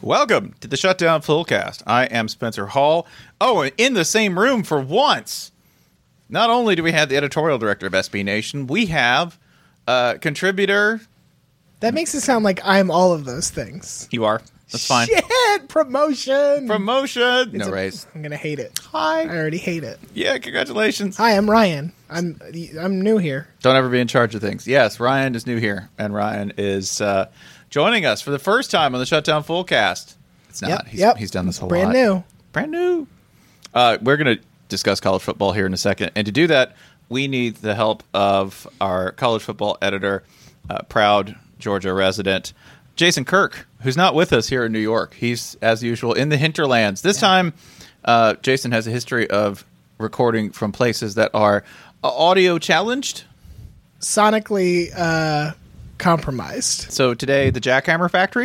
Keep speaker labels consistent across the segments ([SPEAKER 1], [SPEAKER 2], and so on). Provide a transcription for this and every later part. [SPEAKER 1] Welcome to the Shutdown Fullcast. I am Spencer Hall. Oh, and in the same room for once. Not only do we have the editorial director of SB Nation, we have uh, contributor.
[SPEAKER 2] That makes it sound like I'm all of those things.
[SPEAKER 1] You are. That's fine.
[SPEAKER 2] Shit, promotion.
[SPEAKER 1] Promotion.
[SPEAKER 2] It's
[SPEAKER 1] No
[SPEAKER 2] a-
[SPEAKER 1] raise.
[SPEAKER 2] I'm gonna hate it. I
[SPEAKER 1] Hi.
[SPEAKER 2] already hate it.
[SPEAKER 1] Yeah, congratulations.
[SPEAKER 2] Hi, I'm Ryan. I'm I'm new here.
[SPEAKER 1] Don't ever be in charge of things. Yes, Ryan is new here, and Ryan is uh, joining us for the first time on the Shutdown Fullcast. It's not.
[SPEAKER 2] Yep,
[SPEAKER 1] he's,
[SPEAKER 2] yep.
[SPEAKER 1] he's done this a
[SPEAKER 2] Brand
[SPEAKER 1] lot.
[SPEAKER 2] new.
[SPEAKER 1] Brand new. Uh, we're going to discuss college football here in a second, and to do that, we need the help of our college football editor, uh, proud Georgia resident, Jason Kirk, who's not with us here in New York. He's as usual in the hinterlands. This time, uh, Jason has a history of recording from places that are uh, audio challenged.
[SPEAKER 2] Sonically uh, compromised.
[SPEAKER 1] So today, the Jackhammer Factory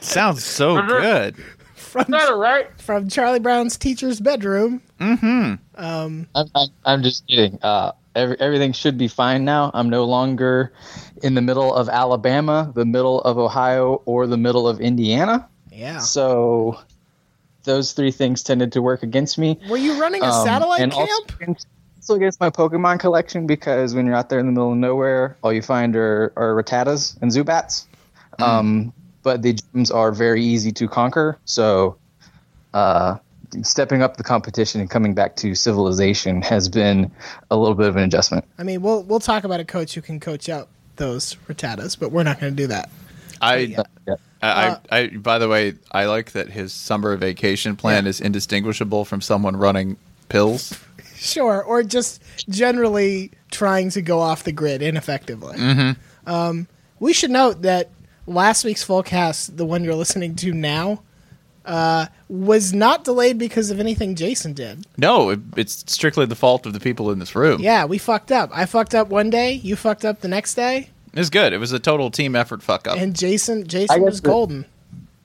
[SPEAKER 3] Is
[SPEAKER 1] sounds so good.
[SPEAKER 2] From
[SPEAKER 3] that right?
[SPEAKER 2] from Charlie Brown's teacher's bedroom.
[SPEAKER 4] I'm, I'm, I'm just kidding. Uh, every, everything should be fine now. I'm no longer in the middle of Alabama, the middle of Ohio, or the middle of Indiana.
[SPEAKER 2] Yeah.
[SPEAKER 4] So those three things tended to work against me.
[SPEAKER 2] Were you running a
[SPEAKER 4] Um,
[SPEAKER 2] satellite
[SPEAKER 4] and
[SPEAKER 2] camp?
[SPEAKER 4] also against- Also against my Pokemon collection because when you're out there in the middle of nowhere, all you find are, are Rattatas and Zubats.
[SPEAKER 2] Hmm.
[SPEAKER 4] Um, but the gyms are very easy to conquer. So uh, stepping up the competition and coming back to civilization has been a little bit of an adjustment.
[SPEAKER 2] I mean, we'll we'll talk about a coach who can coach out those Rattatas, but we're not going to do that.
[SPEAKER 1] I,
[SPEAKER 4] Yeah.
[SPEAKER 1] I, I, I, by the way, I like that his summer vacation plan is indistinguishable from someone running pills.
[SPEAKER 2] Sure, or just generally trying to go off the grid ineffectively. Um, we should note that last week's full cast, the one you're listening to now, uh, was not delayed because of anything Jason did.
[SPEAKER 1] No, it, it's strictly the fault of the people in this room.
[SPEAKER 2] Yeah, we fucked up. I fucked up one day, you fucked up the next day,
[SPEAKER 1] It was good. It was a total team effort fuck up.
[SPEAKER 2] and Jason
[SPEAKER 4] I
[SPEAKER 2] Jason
[SPEAKER 4] guess
[SPEAKER 2] was
[SPEAKER 4] the-
[SPEAKER 2] golden.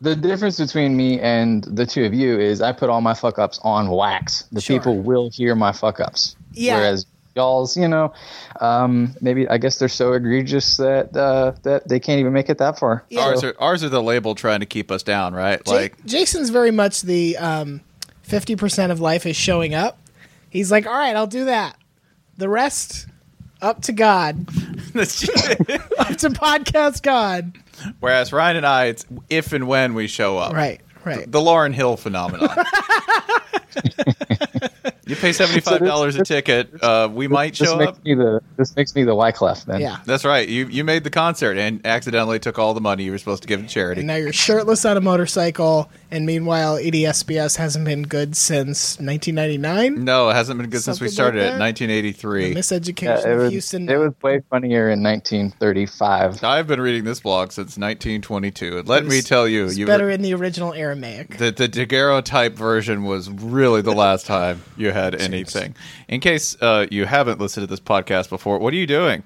[SPEAKER 4] The difference between me and the two of you is I put all my fuck ups on wax. The
[SPEAKER 2] Sure.
[SPEAKER 4] people will hear my fuck ups.
[SPEAKER 2] Yeah.
[SPEAKER 4] Whereas y'all's, you know, um, maybe I guess they're so egregious that uh, that they can't even make it that far.
[SPEAKER 2] Yeah.
[SPEAKER 1] Ours
[SPEAKER 4] So,
[SPEAKER 1] are ours are the label trying to keep us down, right?
[SPEAKER 2] Ja-
[SPEAKER 1] Like
[SPEAKER 2] Jason's very much the um, 50% of life is showing up. He's like, all right, I'll do that. The rest, up to God, up to podcast God.
[SPEAKER 1] whereas Ryan and I, it's if and when we show up.
[SPEAKER 2] Right, right.
[SPEAKER 1] The Lauren Hill phenomenon. you pay seventy five dollars a ticket. Uh, we might
[SPEAKER 4] this
[SPEAKER 1] show
[SPEAKER 4] makes
[SPEAKER 1] up.
[SPEAKER 4] me the this makes me the Wyclef then.
[SPEAKER 2] yeah.
[SPEAKER 1] That's right. You you made the concert and accidentally took all the money you were supposed to give to charity.
[SPEAKER 2] And now you're shirtless on a motorcycle, and meanwhile, E EDSBS hasn't been good since 1999.
[SPEAKER 1] No, it hasn't been good since we
[SPEAKER 2] Something
[SPEAKER 1] started
[SPEAKER 2] like
[SPEAKER 1] it in
[SPEAKER 2] that?
[SPEAKER 1] 1983.
[SPEAKER 4] Yeah,
[SPEAKER 2] Miseducation
[SPEAKER 4] it,
[SPEAKER 2] of
[SPEAKER 4] was,
[SPEAKER 2] Houston.
[SPEAKER 4] it was way funnier in 1935.
[SPEAKER 1] I've been reading this blog since 1922. And let
[SPEAKER 2] It
[SPEAKER 1] me
[SPEAKER 2] was-
[SPEAKER 1] tell you,
[SPEAKER 2] it's
[SPEAKER 1] you
[SPEAKER 2] better in the original Aramaic.
[SPEAKER 1] the the daguerreotype version was really the last time you had anything. In case uh, you haven't listened to this podcast before, what are you doing?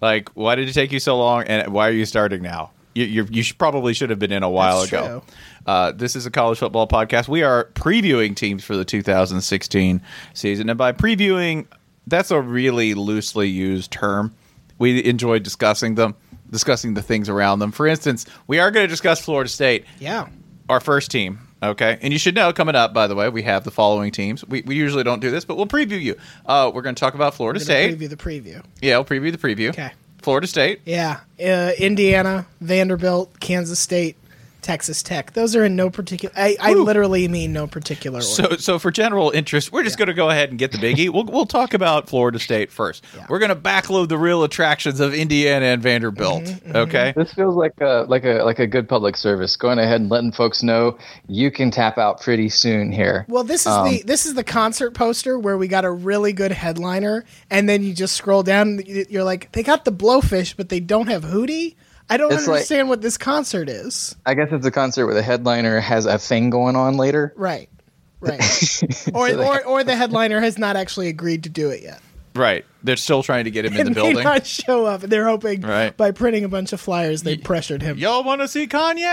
[SPEAKER 1] Like, why did it take you so long, and why are you starting now? You you, you should, probably should have been in a while
[SPEAKER 2] That's
[SPEAKER 1] ago.
[SPEAKER 2] true.
[SPEAKER 1] Uh, this is a college football podcast. We are previewing teams for the 2016 season, and by previewing, that's a really loosely used term. We enjoy discussing them, discussing the things around them. For instance, we are going to discuss Florida State
[SPEAKER 2] yeah.
[SPEAKER 1] our first team. Okay. And you should know coming up, by the way, we have the following teams. We, we usually don't do this, but we'll preview you. Uh, we're going to talk about Florida
[SPEAKER 2] Gonna
[SPEAKER 1] State.
[SPEAKER 2] Preview the preview.
[SPEAKER 1] Yeah, we'll preview the preview.
[SPEAKER 2] Okay.
[SPEAKER 1] Florida State.
[SPEAKER 2] Yeah. Uh, Indiana, Vanderbilt, Kansas State, Texas Tech. Those are in no particular. I, I literally mean no particular order.
[SPEAKER 1] So, so for general interest, we're just going to go ahead and get the biggie. we'll, we'll talk about Florida State first.
[SPEAKER 2] Yeah.
[SPEAKER 1] We're going to backload the real attractions of Indiana and Vanderbilt.
[SPEAKER 2] Mm-hmm,
[SPEAKER 1] Okay.
[SPEAKER 4] This feels like a like a like a good public service. Going ahead and letting folks know you can tap out pretty soon here.
[SPEAKER 2] Well, this is
[SPEAKER 4] Um,
[SPEAKER 2] the this is the concert poster where we got a really good headliner, and then you just scroll down. and y- You're like, they got the Blowfish, but they don't have Hootie. I don't
[SPEAKER 4] It's like-
[SPEAKER 2] understand what this concert is.
[SPEAKER 4] I guess it's a concert where the headliner has a thing going on later.
[SPEAKER 2] Right, right. or,
[SPEAKER 4] So they-
[SPEAKER 2] or or the headliner has not actually agreed to do it yet.
[SPEAKER 1] Right. They're still trying to get him in
[SPEAKER 2] And
[SPEAKER 1] the
[SPEAKER 2] may
[SPEAKER 1] building.
[SPEAKER 2] not show up. They're hoping
[SPEAKER 1] Right.
[SPEAKER 2] by printing a bunch of flyers they pressured him.
[SPEAKER 1] Y'all want to see Kanye?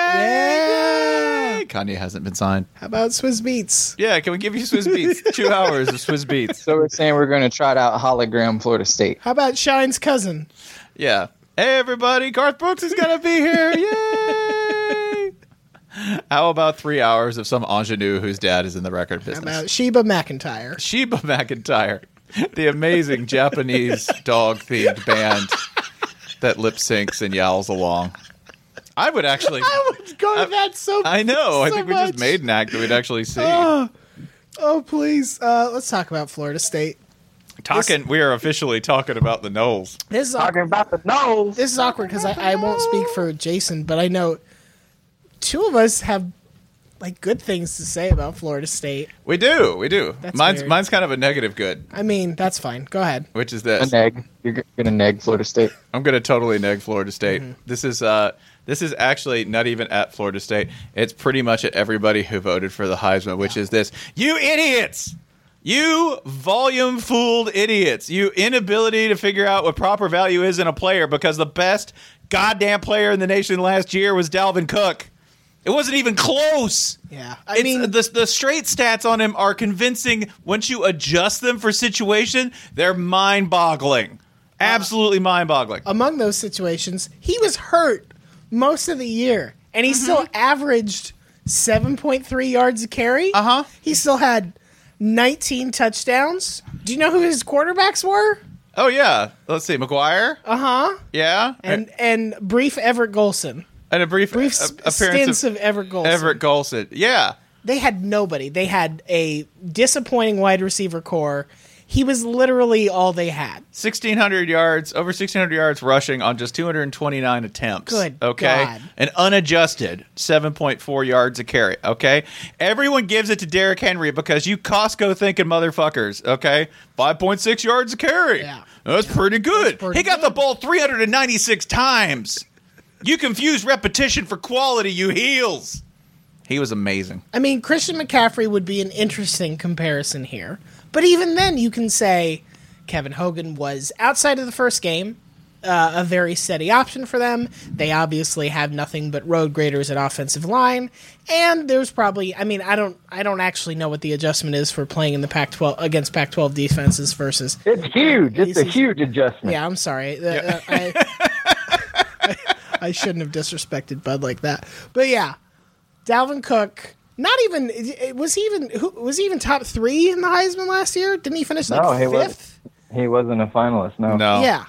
[SPEAKER 2] Yeah.
[SPEAKER 1] Yay! Kanye hasn't been signed.
[SPEAKER 2] How about Swizz Beats?
[SPEAKER 1] Yeah. Can we give you Swiss Beats? Two hours of Swiss Beats.
[SPEAKER 4] So we're saying we're going to trot out hologram Florida State.
[SPEAKER 2] How about Shine's cousin?
[SPEAKER 1] Yeah. Hey everybody, Garth Brooks is gonna be here. Yay! How about three hours of some ingenue whose dad is in the record
[SPEAKER 2] How
[SPEAKER 1] business?
[SPEAKER 2] about Sheba McIntyre?
[SPEAKER 1] Sheba McIntyre, the amazing Japanese dog themed band that lip syncs and yowls along. I would actually.
[SPEAKER 2] I would go to
[SPEAKER 1] I-
[SPEAKER 2] that so.
[SPEAKER 1] I know. I
[SPEAKER 2] so
[SPEAKER 1] think we
[SPEAKER 2] much.
[SPEAKER 1] just made an act that we'd actually see.
[SPEAKER 2] Oh please, uh, let's talk about Florida State.
[SPEAKER 1] talking, we are officially talking about the Knowles.
[SPEAKER 2] This is awkward.
[SPEAKER 5] Talking about the nose.
[SPEAKER 2] This is awkward because I, I won't speak for Jason, but I know two of us have like good things to say about Florida State.
[SPEAKER 1] We do, we do.
[SPEAKER 2] That's
[SPEAKER 1] mine's
[SPEAKER 2] weird.
[SPEAKER 1] mine's kind of a negative good,
[SPEAKER 2] I mean, that's fine. Go ahead.
[SPEAKER 1] which is
[SPEAKER 5] A
[SPEAKER 1] this.
[SPEAKER 5] neg. You're g- gonna neg Florida State.
[SPEAKER 1] I'm going to totally neg Florida State.
[SPEAKER 2] Mm-hmm.
[SPEAKER 1] This is uh, this is actually not even at Florida State. It's pretty much at everybody who voted for the Heisman, which is this: you idiots, you volume fooled idiots, you inability to figure out what proper value is in a player because the best goddamn player in the nation last year was Dalvin Cook. It wasn't even close.
[SPEAKER 2] Yeah, I
[SPEAKER 1] It's-
[SPEAKER 2] mean,
[SPEAKER 1] the the straight stats on him are convincing. Once you adjust them for situation, they're mind
[SPEAKER 2] Uh,
[SPEAKER 1] boggling. Absolutely mind boggling.
[SPEAKER 2] among those situations, he was hurt most of the year, and
[SPEAKER 1] Mm-hmm.
[SPEAKER 2] he still averaged seven point three yards a carry. Uh
[SPEAKER 1] Uh-huh.
[SPEAKER 2] He still had nineteen touchdowns. Do you know who his quarterbacks were?
[SPEAKER 1] Oh yeah. Let's see. McGuire.
[SPEAKER 2] Uh huh.
[SPEAKER 1] yeah.
[SPEAKER 2] And and brief Everett Golson,
[SPEAKER 1] and a brief,
[SPEAKER 2] brief
[SPEAKER 1] Uh, a-
[SPEAKER 2] s-
[SPEAKER 1] appearance
[SPEAKER 2] stints
[SPEAKER 1] of,
[SPEAKER 2] of, Everett Golson.
[SPEAKER 1] Everett Golson. Yeah.
[SPEAKER 2] they had nobody. They had a disappointing wide receiver core. He was literally all they had.
[SPEAKER 1] 1600 yards, over 1600 yards rushing on just 229 attempts.
[SPEAKER 2] Good
[SPEAKER 1] Okay.
[SPEAKER 2] God.
[SPEAKER 1] An unadjusted 7.4 yards a carry. Okay. Everyone gives it to Derrick Henry because you Costco thinking motherfuckers. Okay. 5.6 yards a carry.
[SPEAKER 2] Yeah.
[SPEAKER 1] That's pretty good.
[SPEAKER 2] pretty
[SPEAKER 1] he got
[SPEAKER 2] good.
[SPEAKER 1] the ball 396 times. You confuse repetition for quality, you heels. He was amazing.
[SPEAKER 2] I mean, Christian McCaffrey would be an interesting comparison here. But even then, you can say Kevin Hogan was, outside of the first game, uh, a very steady option for them. They obviously have nothing but road graders at offensive line, and there's probably. I mean, I don't, I don't actually know what the adjustment is for playing in the Pac-12 against Pac-12 defenses versus.
[SPEAKER 3] It's huge. It's a huge adjustment.
[SPEAKER 2] Yeah, I'm sorry. Uh, uh, I, I shouldn't have disrespected Bud like that. But yeah, Dalvin Cook. Not even was he even who, was he even top three in the Heisman last year? Didn't he finish like
[SPEAKER 3] No, he wasn't. Oh.
[SPEAKER 2] fifth?
[SPEAKER 3] He wasn't a finalist. No.
[SPEAKER 1] No.
[SPEAKER 2] Yeah,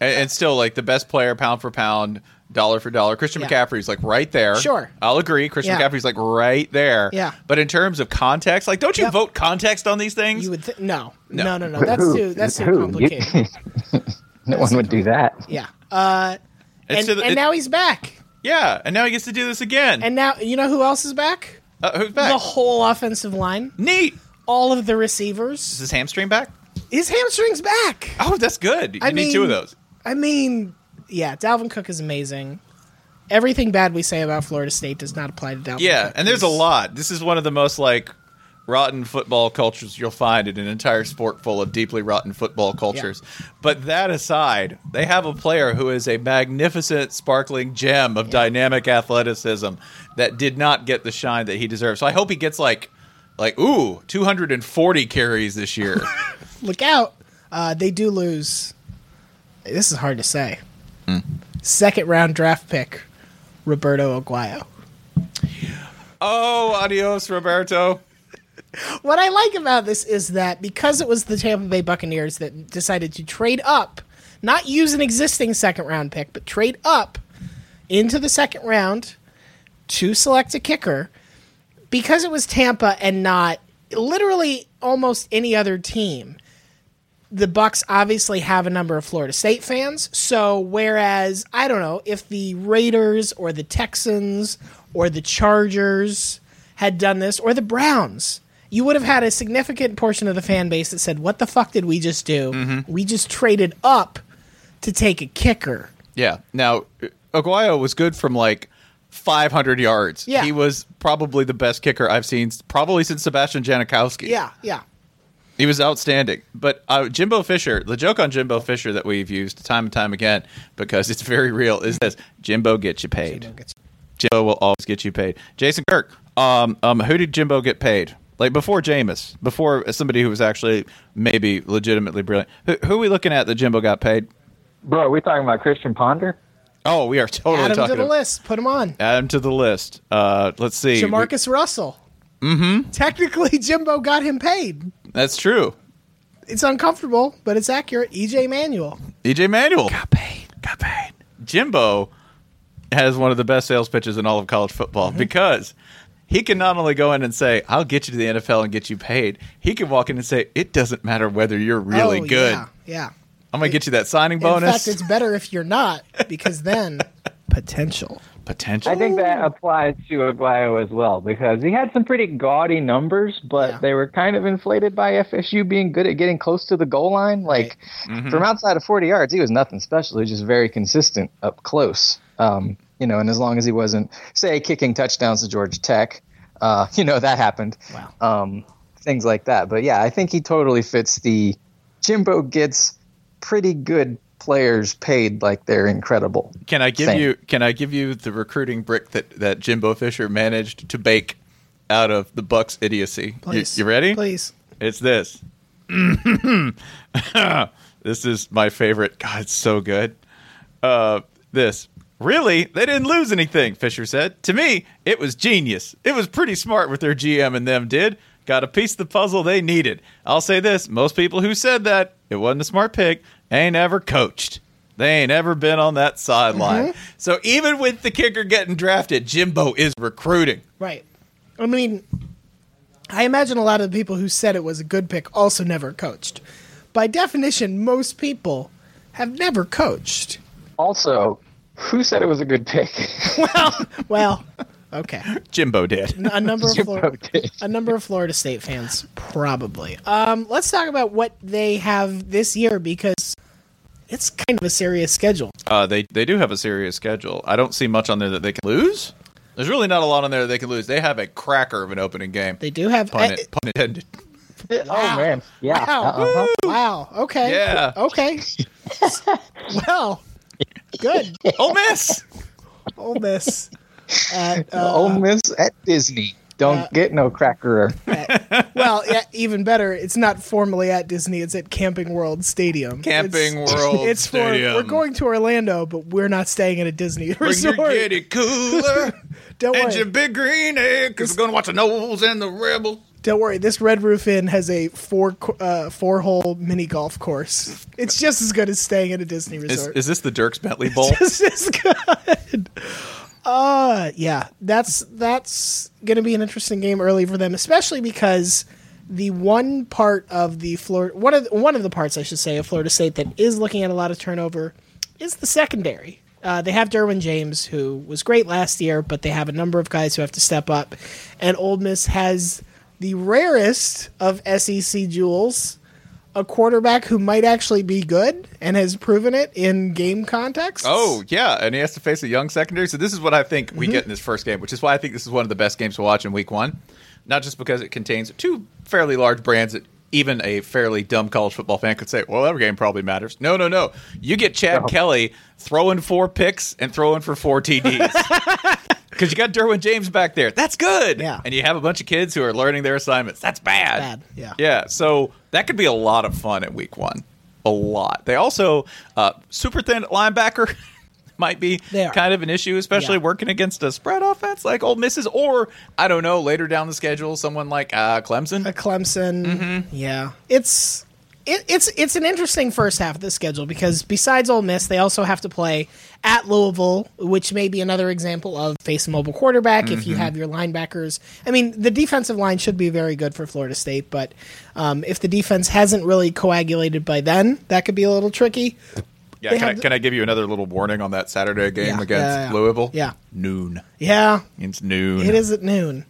[SPEAKER 1] And, and still, like the best player, pound for pound, dollar for dollar. Christian
[SPEAKER 2] Yeah.
[SPEAKER 1] McCaffrey's like right there.
[SPEAKER 2] Sure.
[SPEAKER 1] I'll agree. Christian
[SPEAKER 2] Yeah.
[SPEAKER 1] McCaffrey's like right there.
[SPEAKER 2] Yeah.
[SPEAKER 1] But in terms of context, like, don't you
[SPEAKER 2] Yep.
[SPEAKER 1] vote context on these things?
[SPEAKER 2] you would th- no,
[SPEAKER 1] No.
[SPEAKER 2] no, no, no. That's
[SPEAKER 3] Who-
[SPEAKER 2] too that's too
[SPEAKER 3] who?
[SPEAKER 2] complicated.
[SPEAKER 3] no one would do that.
[SPEAKER 2] yeah, uh,
[SPEAKER 1] It's
[SPEAKER 2] and,
[SPEAKER 1] to the-
[SPEAKER 2] and
[SPEAKER 1] it-
[SPEAKER 2] now he's back.
[SPEAKER 1] yeah. And now he gets to do this again.
[SPEAKER 2] And now you know who else is back?
[SPEAKER 1] uh, who's back?
[SPEAKER 2] The whole offensive line,
[SPEAKER 1] Neat.
[SPEAKER 2] all of the
[SPEAKER 1] Is
[SPEAKER 2] receivers.
[SPEAKER 1] his hamstring back?
[SPEAKER 2] His hamstrings back.
[SPEAKER 1] Oh, that's good. You
[SPEAKER 2] I
[SPEAKER 1] need
[SPEAKER 2] mean-
[SPEAKER 1] two of those.
[SPEAKER 2] I mean, yeah, Dalvin Cook is amazing. Everything bad we say about Florida State does not apply to Dalvin.
[SPEAKER 1] Yeah.
[SPEAKER 2] Cook.
[SPEAKER 1] And there's a
[SPEAKER 2] He's-
[SPEAKER 1] lot. This is one of the most like rotten football cultures you'll find in an entire sport full of deeply rotten football cultures. But that aside, they have a player who is a magnificent, sparkling gem of dynamic athleticism that did not get the shine that he deserves. So I hope he gets like, like ooh, 240 carries this year.
[SPEAKER 2] Look out! Uh, they do lose. This is hard to say.
[SPEAKER 1] Hmm.
[SPEAKER 2] Second round draft pick, Roberto Aguayo.
[SPEAKER 1] oh, adios, Roberto.
[SPEAKER 2] What I like about this is that because it was the Tampa Bay Buccaneers that decided to trade up, not use an existing second round pick, but trade up into the second round to select a kicker, because it was Tampa and not literally almost any other team. The Bucks obviously have a number of Florida State fans, so whereas I don't know if the Raiders or the Texans or the Chargers had done this or the Browns, you would have had a significant portion of the fan base that said, "What the fuck did we just do? We just traded up to take a kicker."
[SPEAKER 1] Yeah. Now, Aguayo was good from like 500 yards.
[SPEAKER 2] Yeah.
[SPEAKER 1] He was probably the best kicker I've seen, probably since Sebastian Janikowski.
[SPEAKER 2] Yeah, yeah.
[SPEAKER 1] He was outstanding. But uh, Jimbo Fisher, the joke on Jimbo Fisher that we've used time and time again, because it's very real, is this Jimbo gets you paid. Jimbo, will always get you paid. Jason Kirk, um, um, who did Jimbo get paid? Like before Jameis, before somebody who was actually maybe legitimately brilliant. Who, who are we looking at that Jimbo got paid?
[SPEAKER 3] Bro, are we talking about Christian Ponder?
[SPEAKER 1] Oh, we are totally
[SPEAKER 2] Add him
[SPEAKER 1] talking
[SPEAKER 2] to the
[SPEAKER 1] ab-
[SPEAKER 2] list. Put him on.
[SPEAKER 1] Add him to the list. Uh, let's see. We-
[SPEAKER 2] Jamarcus Russell. Mm-hmm. Technically, Jimbo got him paid.
[SPEAKER 1] that's true.
[SPEAKER 2] It's uncomfortable, but it's accurate. EJ Manuel.
[SPEAKER 1] EJ E Manuel got paid. Got paid. Jimbo has one of the best sales pitches in all of college football
[SPEAKER 2] Mm-hmm.
[SPEAKER 1] because he can not only go in and say, "I'll get you to the NFL and get you paid," he can walk in and say, "It doesn't matter whether you're really
[SPEAKER 2] Oh,
[SPEAKER 1] good.
[SPEAKER 2] Yeah. yeah.
[SPEAKER 1] I'm gonna get you that signing
[SPEAKER 2] In fact,
[SPEAKER 1] bonus
[SPEAKER 2] it's better if you're not because then potential.
[SPEAKER 1] potential."
[SPEAKER 4] I think that applies to Aguayo as well because he had some pretty gaudy numbers, but
[SPEAKER 2] Yeah.
[SPEAKER 4] they were kind of inflated by FSU being good at getting close to the goal line. Like from outside of 40 yards, he was nothing special. He was just very consistent up close. Um, you know, and as long as he wasn't, say, kicking touchdowns to Georgia Tech, uh, you know, that happened. Um, things like that. But yeah, I think he totally fits the Jimbo gets pretty good players paid like they're incredible.
[SPEAKER 1] Can I give
[SPEAKER 4] Same.
[SPEAKER 1] you can I give you the recruiting brick that, that Jimbo Fisher managed to bake out of the Bucks idiocy? You-
[SPEAKER 2] Please.
[SPEAKER 1] You, ready?
[SPEAKER 2] Please.
[SPEAKER 1] It's this. this is my favorite. God, it's so good. Uh, this. Really, they didn't lose anything, Fisher said. To me, it was genius. It was pretty smart what their GM and them did. Got a piece of the puzzle they needed. I'll say this most people who said that it wasn't a smart pick ain't ever coached. They ain't ever been on that sideline. So even with the kicker getting drafted, Jimbo is recruiting.
[SPEAKER 2] Right. I mean, I imagine a lot of the people who said it was a good pick also never coached. By definition, most people have never coached.
[SPEAKER 4] Also, who said it was a good pick?
[SPEAKER 2] Well, okay.
[SPEAKER 1] Jimbo did.
[SPEAKER 2] A number of Florida,
[SPEAKER 4] did.
[SPEAKER 2] a number of Florida State fans probably. Um, let's talk about what they have this year because it's kind of a serious schedule.
[SPEAKER 1] Uh, they they do have a serious schedule. I don't see much on there that they can lose. There's really not a lot on there that they can lose. They have a cracker of an opening game.
[SPEAKER 2] They do have
[SPEAKER 1] pun,
[SPEAKER 2] eh,
[SPEAKER 1] it, pun intended.
[SPEAKER 4] Oh man, yeah.
[SPEAKER 2] Wow.
[SPEAKER 4] Uh-huh.
[SPEAKER 2] Wow. Okay.
[SPEAKER 1] Yeah.
[SPEAKER 2] Okay. well, good.
[SPEAKER 1] Ole Miss.
[SPEAKER 2] Ole Miss at uh,
[SPEAKER 4] Ole Miss at Disney.
[SPEAKER 6] Don't
[SPEAKER 4] Uh,
[SPEAKER 6] get no cracker.
[SPEAKER 2] well, yeah, even better. It's not formally at Disney. It's at Camping World Stadium.
[SPEAKER 1] Camping
[SPEAKER 2] It's,
[SPEAKER 1] World
[SPEAKER 2] it's for
[SPEAKER 1] Stadium.
[SPEAKER 2] we're going to Orlando, but we're not staying at a Disney
[SPEAKER 1] Bring
[SPEAKER 2] resort.
[SPEAKER 1] your Yeti cooler
[SPEAKER 2] Don't
[SPEAKER 1] and
[SPEAKER 2] worry.
[SPEAKER 1] your big green egg because we're going to watch the Nobles and the Rebels.
[SPEAKER 2] Don't worry. This Red Roof Inn has a four co- uh, four hole mini golf course. It's just as good as staying at a Disney
[SPEAKER 1] Is,
[SPEAKER 2] resort.
[SPEAKER 1] is this the Dirks Bentley Bowl?
[SPEAKER 2] this is good. Uh yeah, that's that's going to be an interesting game early for them, especially because the one part of the Florida one of the, one of the parts I should say of Florida State that is looking at a lot of turnover is the secondary. Uh, they have Derwin James, who was great last year, but they have a number of guys who have to step up, and Old Miss has the rarest of SEC jewels a quarterback who might actually be good and has proven it in game context.
[SPEAKER 1] Oh yeah, and he has to face a young secondary. So this is what I think we
[SPEAKER 2] Mm-hmm.
[SPEAKER 1] get in this first game, which is why I think this is one of the best games to watch in Week One. Not just because it contains two fairly large brands that even a fairly dumb college football fan could say, "Well, every game probably matters." No, no, no. You get Chad Kelly throwing four picks and throwing for four TDs. Because you got Derwin James back there, that's good.
[SPEAKER 2] Yeah.
[SPEAKER 1] and you have a bunch of kids who are learning their assignments. That's bad.
[SPEAKER 2] Bad, yeah.
[SPEAKER 1] yeah. So that could be a lot of fun at Week One. A lot. They also uh, super thin linebacker might be
[SPEAKER 2] They are.
[SPEAKER 1] kind of an issue, especially
[SPEAKER 2] Yeah.
[SPEAKER 1] working against a spread offense like Ole Misses, or I don't know, later down the schedule, someone like uh, Clemson.
[SPEAKER 2] a Clemson. Yeah, it's it, it's it's an interesting first half of the schedule because besides Ole Miss, they also have to play at Louisville, which may be another example of face a mobile quarterback. If you have your linebackers, I mean, the defensive line should be very good for Florida State, but um, if the defense hasn't really coagulated by then, that could be a little tricky.
[SPEAKER 1] yeah,
[SPEAKER 2] they
[SPEAKER 1] can I,
[SPEAKER 2] have-
[SPEAKER 1] can I give you another little warning on that Saturday game
[SPEAKER 2] Yeah,
[SPEAKER 1] against
[SPEAKER 2] yeah, yeah.
[SPEAKER 1] Louisville?
[SPEAKER 2] Yeah.
[SPEAKER 1] noon.
[SPEAKER 2] Yeah,
[SPEAKER 1] It's noon.
[SPEAKER 2] It is at noon.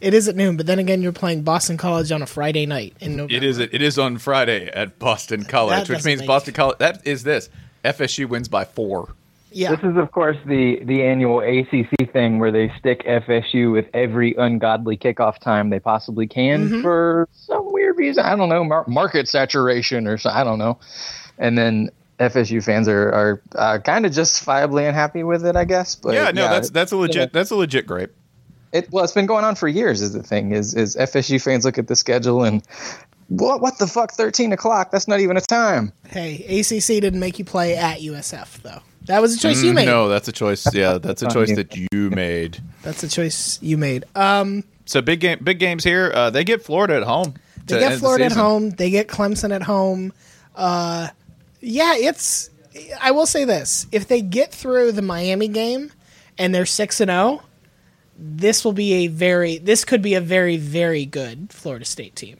[SPEAKER 2] It is at noon, but then again, you're playing Boston College on a Friday night in November.
[SPEAKER 1] It is. It is on Friday at Boston College, which
[SPEAKER 2] doesn't
[SPEAKER 1] means
[SPEAKER 2] make-
[SPEAKER 1] Boston College. That is this. FSU wins by four.
[SPEAKER 2] Yeah.
[SPEAKER 4] This is, of course, the the annual ACC thing where they stick FSU with every ungodly kickoff time they possibly can
[SPEAKER 2] Mm-hmm.
[SPEAKER 4] for some weird reason. I don't know, mar- market saturation or so. I don't know. And then FSU fans are are uh, kind of justifiably unhappy with it, I guess. But
[SPEAKER 1] Yeah, no, that's
[SPEAKER 4] it-
[SPEAKER 1] that's a legit.
[SPEAKER 4] yeah.
[SPEAKER 1] That's a legit grape.
[SPEAKER 4] It, well, it's been going on for years. Is the thing is is FSU fans look at the schedule and
[SPEAKER 7] what what the fuck? Thirteen o'clock? That's not even a time.
[SPEAKER 2] Hey, ACC didn't make you play at USF though. That was a choice you made.
[SPEAKER 1] Mm, No, that's a choice. Yeah, that's a choice that you made.
[SPEAKER 2] That's a choice you made. Um,
[SPEAKER 1] So big game, big games here. Uh, they get Florida at home.
[SPEAKER 2] they get Florida at home. They get Clemson at home. Uh, yeah, it's. I will say this: if they get through the Miami game and they're six and zero, this will be a very. This could be a very very good Florida State team.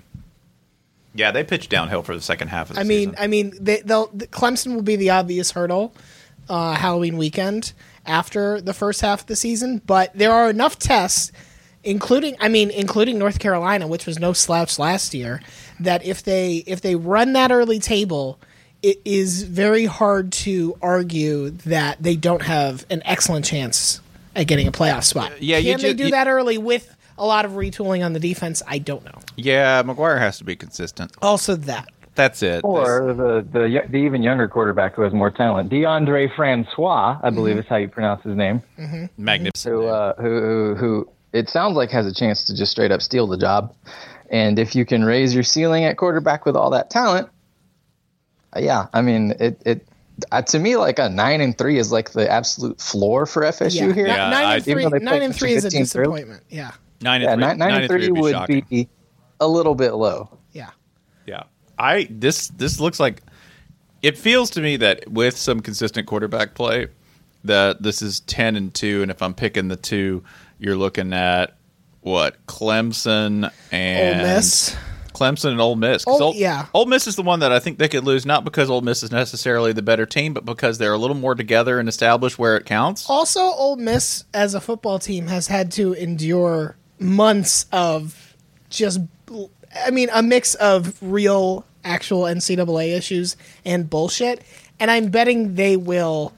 [SPEAKER 1] Yeah, they pitched downhill for the second half of the
[SPEAKER 2] I mean,
[SPEAKER 1] season.
[SPEAKER 2] I mean, they, they'll the, Clemson will be the obvious hurdle uh, Halloween weekend after the first half of the season, but there are enough tests, including I mean, including North Carolina, which was no slouch last year, that if they if they run that early table, it is very hard to argue that they don't have an excellent chance at getting a playoff spot.
[SPEAKER 1] Yeah,
[SPEAKER 2] can
[SPEAKER 1] you
[SPEAKER 2] they
[SPEAKER 1] ju-
[SPEAKER 2] do
[SPEAKER 1] you-
[SPEAKER 2] that early with a lot of retooling on the defense? I don't know.
[SPEAKER 1] yeah, McGuire has to be consistent.
[SPEAKER 2] Also, that
[SPEAKER 1] That's it.
[SPEAKER 4] Or the, the yo- the even younger quarterback who has more talent, DeAndre Francois, I believe
[SPEAKER 7] Mm-hmm.
[SPEAKER 4] is how you pronounce his name.
[SPEAKER 1] That's magnificent.
[SPEAKER 4] Who, uh, who who who it sounds like has a chance to just straight up steal the job, and if you can raise your ceiling at quarterback with all that talent, uh, yeah, I mean it it. Uh, to me, like a nine and three is like the absolute floor for FSU
[SPEAKER 2] Yeah.
[SPEAKER 4] here.
[SPEAKER 2] Ni- nine
[SPEAKER 1] I-
[SPEAKER 2] and three,
[SPEAKER 4] Even though they
[SPEAKER 2] nine and
[SPEAKER 4] played such a
[SPEAKER 2] three
[SPEAKER 4] good
[SPEAKER 2] is a
[SPEAKER 4] team through.
[SPEAKER 2] disappointment. Yeah,
[SPEAKER 1] nine and
[SPEAKER 4] Yeah,
[SPEAKER 1] three.
[SPEAKER 4] nine, nine and three
[SPEAKER 1] would be
[SPEAKER 4] would
[SPEAKER 1] shocking.
[SPEAKER 4] be a little bit low.
[SPEAKER 2] yeah.
[SPEAKER 1] Yeah. I this this looks like it feels to me that with some consistent quarterback play that this is 10 and 2 and if I'm picking the two you're looking at what Clemson and
[SPEAKER 2] Ole Miss.
[SPEAKER 1] Clemson and Ole Miss. 'Cause
[SPEAKER 2] Ole-
[SPEAKER 1] Ole,
[SPEAKER 2] yeah.
[SPEAKER 1] Ole Miss is the one that I think they could lose, not because Ole Miss is necessarily the better team, but because they're a little more together and established where it counts.
[SPEAKER 2] Also, Ole Miss as a football team has had to endure months of just, I mean, a mix of real, actual NCAA issues and bullshit. And I'm betting they will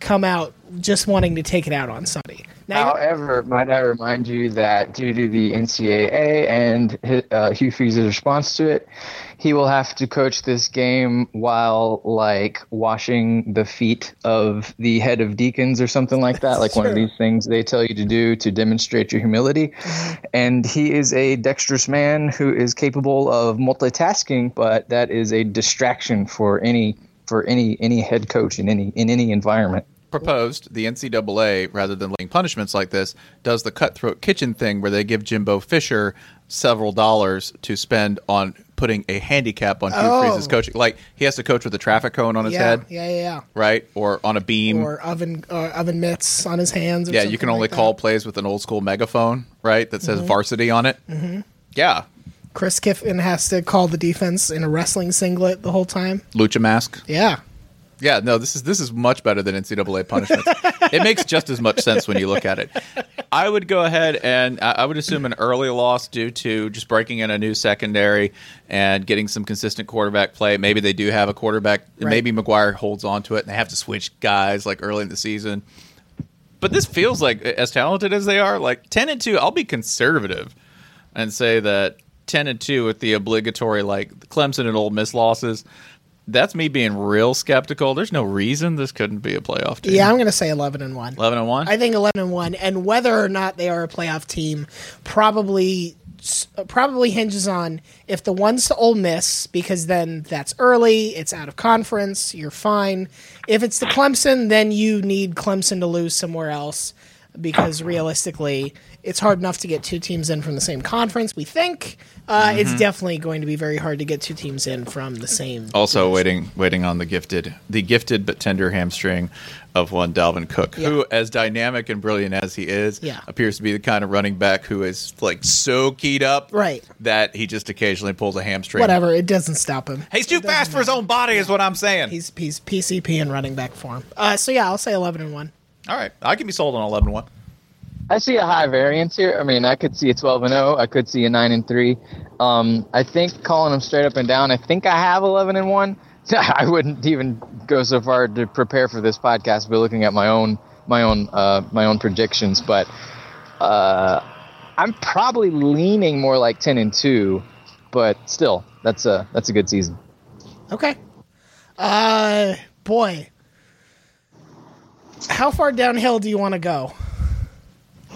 [SPEAKER 2] come out just wanting to take it out on Sunday. Now,
[SPEAKER 4] However, might I remind you that due to the NCAA and uh, Hugh Freeze's response to it, he will have to coach this game while like washing the feet of the head of deacons or something like that, like one of
[SPEAKER 2] Sure.
[SPEAKER 4] these things they tell you to do to demonstrate your humility. And he is a dexterous man who is capable of multitasking, but that is a distraction for any for any any head coach in any in any environment.
[SPEAKER 1] proposed the NCAA, rather than laying punishments like this, does the cutthroat kitchen thing where they give Jimbo Fisher several dollars to spend on putting a handicap on Hugh
[SPEAKER 2] Oh.
[SPEAKER 1] Freeze's coaching. Like he has to coach with a traffic cone on his
[SPEAKER 2] yeah,
[SPEAKER 1] Oh, head,
[SPEAKER 2] yeah, yeah,
[SPEAKER 1] right, or on a
[SPEAKER 2] yeah.
[SPEAKER 1] beam.
[SPEAKER 2] Or oven, or oven mitts on his hands. Or
[SPEAKER 1] yeah, you
[SPEAKER 2] something
[SPEAKER 1] can only
[SPEAKER 2] like that.
[SPEAKER 1] call plays with an old school megaphone, right, that says varsity on it. Mm-hmm. Yeah,
[SPEAKER 2] Chris Kiffin has to call the defense in a wrestling singlet the whole time.
[SPEAKER 1] lucha mask.
[SPEAKER 2] Yeah.
[SPEAKER 1] Yeah, no, this is this is much better than NCAA punishments. it makes just as much sense when you look at it. I would go ahead and I I would assume an early loss due to just breaking in a new secondary and getting some consistent quarterback play. Maybe they do have a quarterback.
[SPEAKER 2] Right.
[SPEAKER 1] Maybe McGuire holds on to it and they have to switch guys like early in the season. But this feels like as talented as they are, like ten and two. I'll be conservative and say that ten and two with the obligatory like Clemson and Ole Miss losses. That's me being real skeptical. There's no reason this couldn't be a playoff team.
[SPEAKER 2] Yeah, I'm going to say 11 and 1.
[SPEAKER 1] eleven and one.
[SPEAKER 2] I think 11 and 1 and whether or not they are a playoff team probably probably hinges on if the one's to Ole Miss because then that's early, it's out of conference, you're fine. If it's the Clemson, then you need Clemson to lose somewhere else because realistically, it's hard enough to get two teams in from the same conference. We think uh, it's definitely going to be very hard to get two teams in from the same.
[SPEAKER 1] also waiting, waiting on the gifted, the gifted but tender hamstring of one Dalvin Cook, who, as dynamic and brilliant as he is,
[SPEAKER 2] Yeah.
[SPEAKER 1] appears to be the kind of running back who is like so keyed up,
[SPEAKER 2] Right.
[SPEAKER 1] that he just occasionally pulls a hamstring.
[SPEAKER 2] Whatever, it doesn't stop him.
[SPEAKER 1] He's too fast for his own body, is what I'm saying.
[SPEAKER 2] He's, he's PCP and running back form. Uh, so yeah, I'll say eleven and one.
[SPEAKER 1] All right, I can be sold on 11-1.
[SPEAKER 4] I see a high variance here. I mean, I could see a 12 and 0. I could see a 9 and 3. Um, I think calling them straight up and down. I think I have 11 and 1. I wouldn't even go so far to prepare for this podcast by looking at my own my own uh, my own predictions, but uh, I'm probably leaning more like 10 and 2. But still, that's a that's a good season.
[SPEAKER 2] Okay. Uh, boy, how far downhill do you want to go?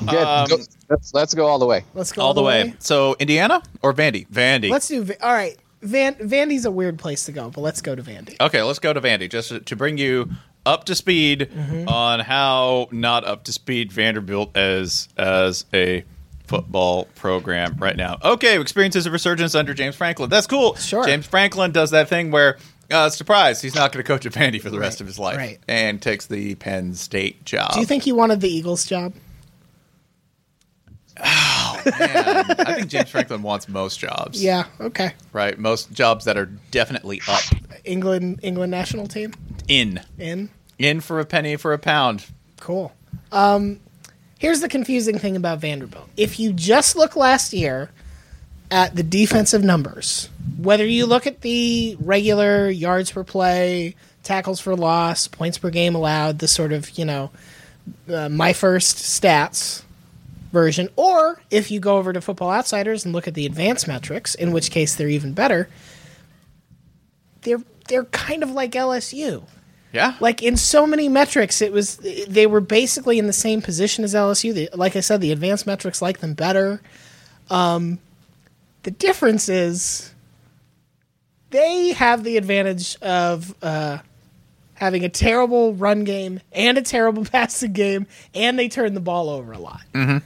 [SPEAKER 3] Good. Go- let's, let's go all the way.
[SPEAKER 2] Let's go
[SPEAKER 1] all the way. So Indiana or Vandy? Vandy.
[SPEAKER 2] Let's do. Va- All right, Van Vandy's a weird place to go, but let's go to Vandy.
[SPEAKER 1] okay, let's go to Vandy just to- to bring you up to speed
[SPEAKER 2] Mm-hmm.
[SPEAKER 1] on how not up to speed Vanderbilt is as a football program right now. Okay, experiences of resurgence under James Franklin. That's cool.
[SPEAKER 2] Sure.
[SPEAKER 1] James Franklin does that thing where. Uh, surprise! He's not going to coach at Vandy for the rest
[SPEAKER 2] Right,
[SPEAKER 1] of his life,
[SPEAKER 2] right.
[SPEAKER 1] and takes the Penn State job.
[SPEAKER 2] Do you think he wanted the Eagles job?
[SPEAKER 1] Man, I think James Franklin wants most jobs.
[SPEAKER 2] Yeah. Okay.
[SPEAKER 1] Right? Most jobs that are definitely up.
[SPEAKER 2] England England national team
[SPEAKER 1] In.
[SPEAKER 2] in.
[SPEAKER 1] In for a penny for a pound.
[SPEAKER 2] Cool. Um, here's the confusing thing about Vanderbilt. If you just look last year at the defensive numbers, whether you look at the regular yards per play, tackles for loss, points per game allowed, the sort of, you know, uh, my first stats version, or if you go over to Football Outsiders and look at the advanced metrics, in which case they're even better, they're, they're kind of like LSU
[SPEAKER 1] Yeah.
[SPEAKER 2] like in so many metrics it was they were basically in the same position as lsu the, like i said the advanced metrics like them better um, the difference is they have the advantage of uh, having a terrible run game and a terrible passing game and they turn the ball over a lot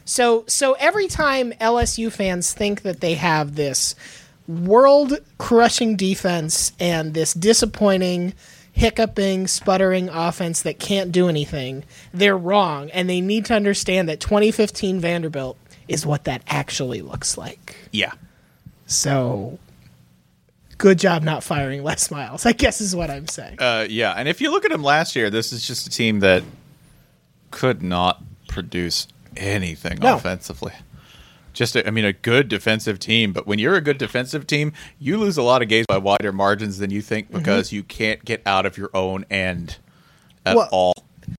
[SPEAKER 2] so so every time lsu fans think that they have this world crushing defense and this disappointing, hiccuping, sputtering offense that can't do anything, they're wrong. And they need to understand that 2015 Vanderbilt is what that actually looks like.
[SPEAKER 1] yeah.
[SPEAKER 2] So good job not firing Les Miles, I guess is what I'm saying.
[SPEAKER 1] Uh, yeah. And if you look at him last year, this is just a team that could not produce anything
[SPEAKER 2] No.
[SPEAKER 1] offensively. Just, a, I mean, a good defensive team. But when you're a good defensive team, you lose a lot of games by wider margins than you
[SPEAKER 2] Mm-hmm.
[SPEAKER 1] think because you can't get out of your own end at
[SPEAKER 2] Well-
[SPEAKER 1] all.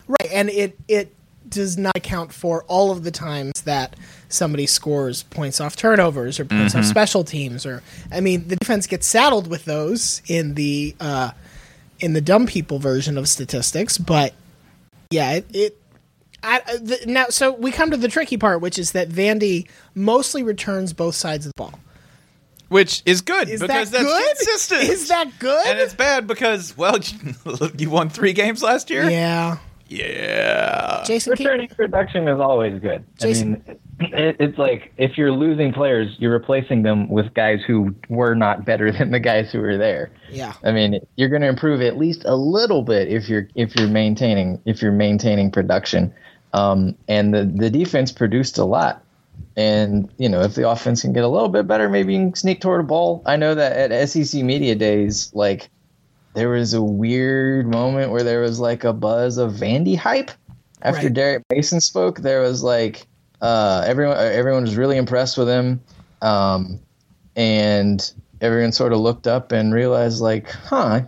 [SPEAKER 2] Right, and it it does not account for all of the times that somebody scores points off turnovers or points
[SPEAKER 1] Mm-hmm.
[SPEAKER 2] off special teams or I mean the defense gets saddled with those in the uh, in the dumb people version of statistics, but yeah, it. it I, I- the, now, so we come to the tricky part, which is that Vandy mostly returns both sides of the ball.
[SPEAKER 1] Which is good
[SPEAKER 2] Is
[SPEAKER 1] because
[SPEAKER 2] that
[SPEAKER 1] that's
[SPEAKER 2] good?
[SPEAKER 1] consistent.
[SPEAKER 2] Is that good?
[SPEAKER 1] And it's bad because, well, you won three games last year.
[SPEAKER 2] yeah,
[SPEAKER 1] Yeah.
[SPEAKER 2] Jason. Keaton-
[SPEAKER 4] Returning production is always good.
[SPEAKER 2] Jason-
[SPEAKER 4] I mean, it, it's like if you're losing players, you're replacing them with guys who were not better than the guys who were there.
[SPEAKER 2] yeah,
[SPEAKER 4] I mean, you're going to improve at least a little bit if you're if you're maintaining if you're maintaining production. Um, and the the defense produced a lot. And you know, if the offense can get a little bit better, maybe you can sneak toward a ball. I know that at SEC media days, like there was a weird moment where there was like a buzz of Vandy hype after
[SPEAKER 2] Right.
[SPEAKER 4] Derek Mason spoke. There was like uh, everyone everyone was really impressed with him, um, and everyone sort of looked up and realized like, huh, I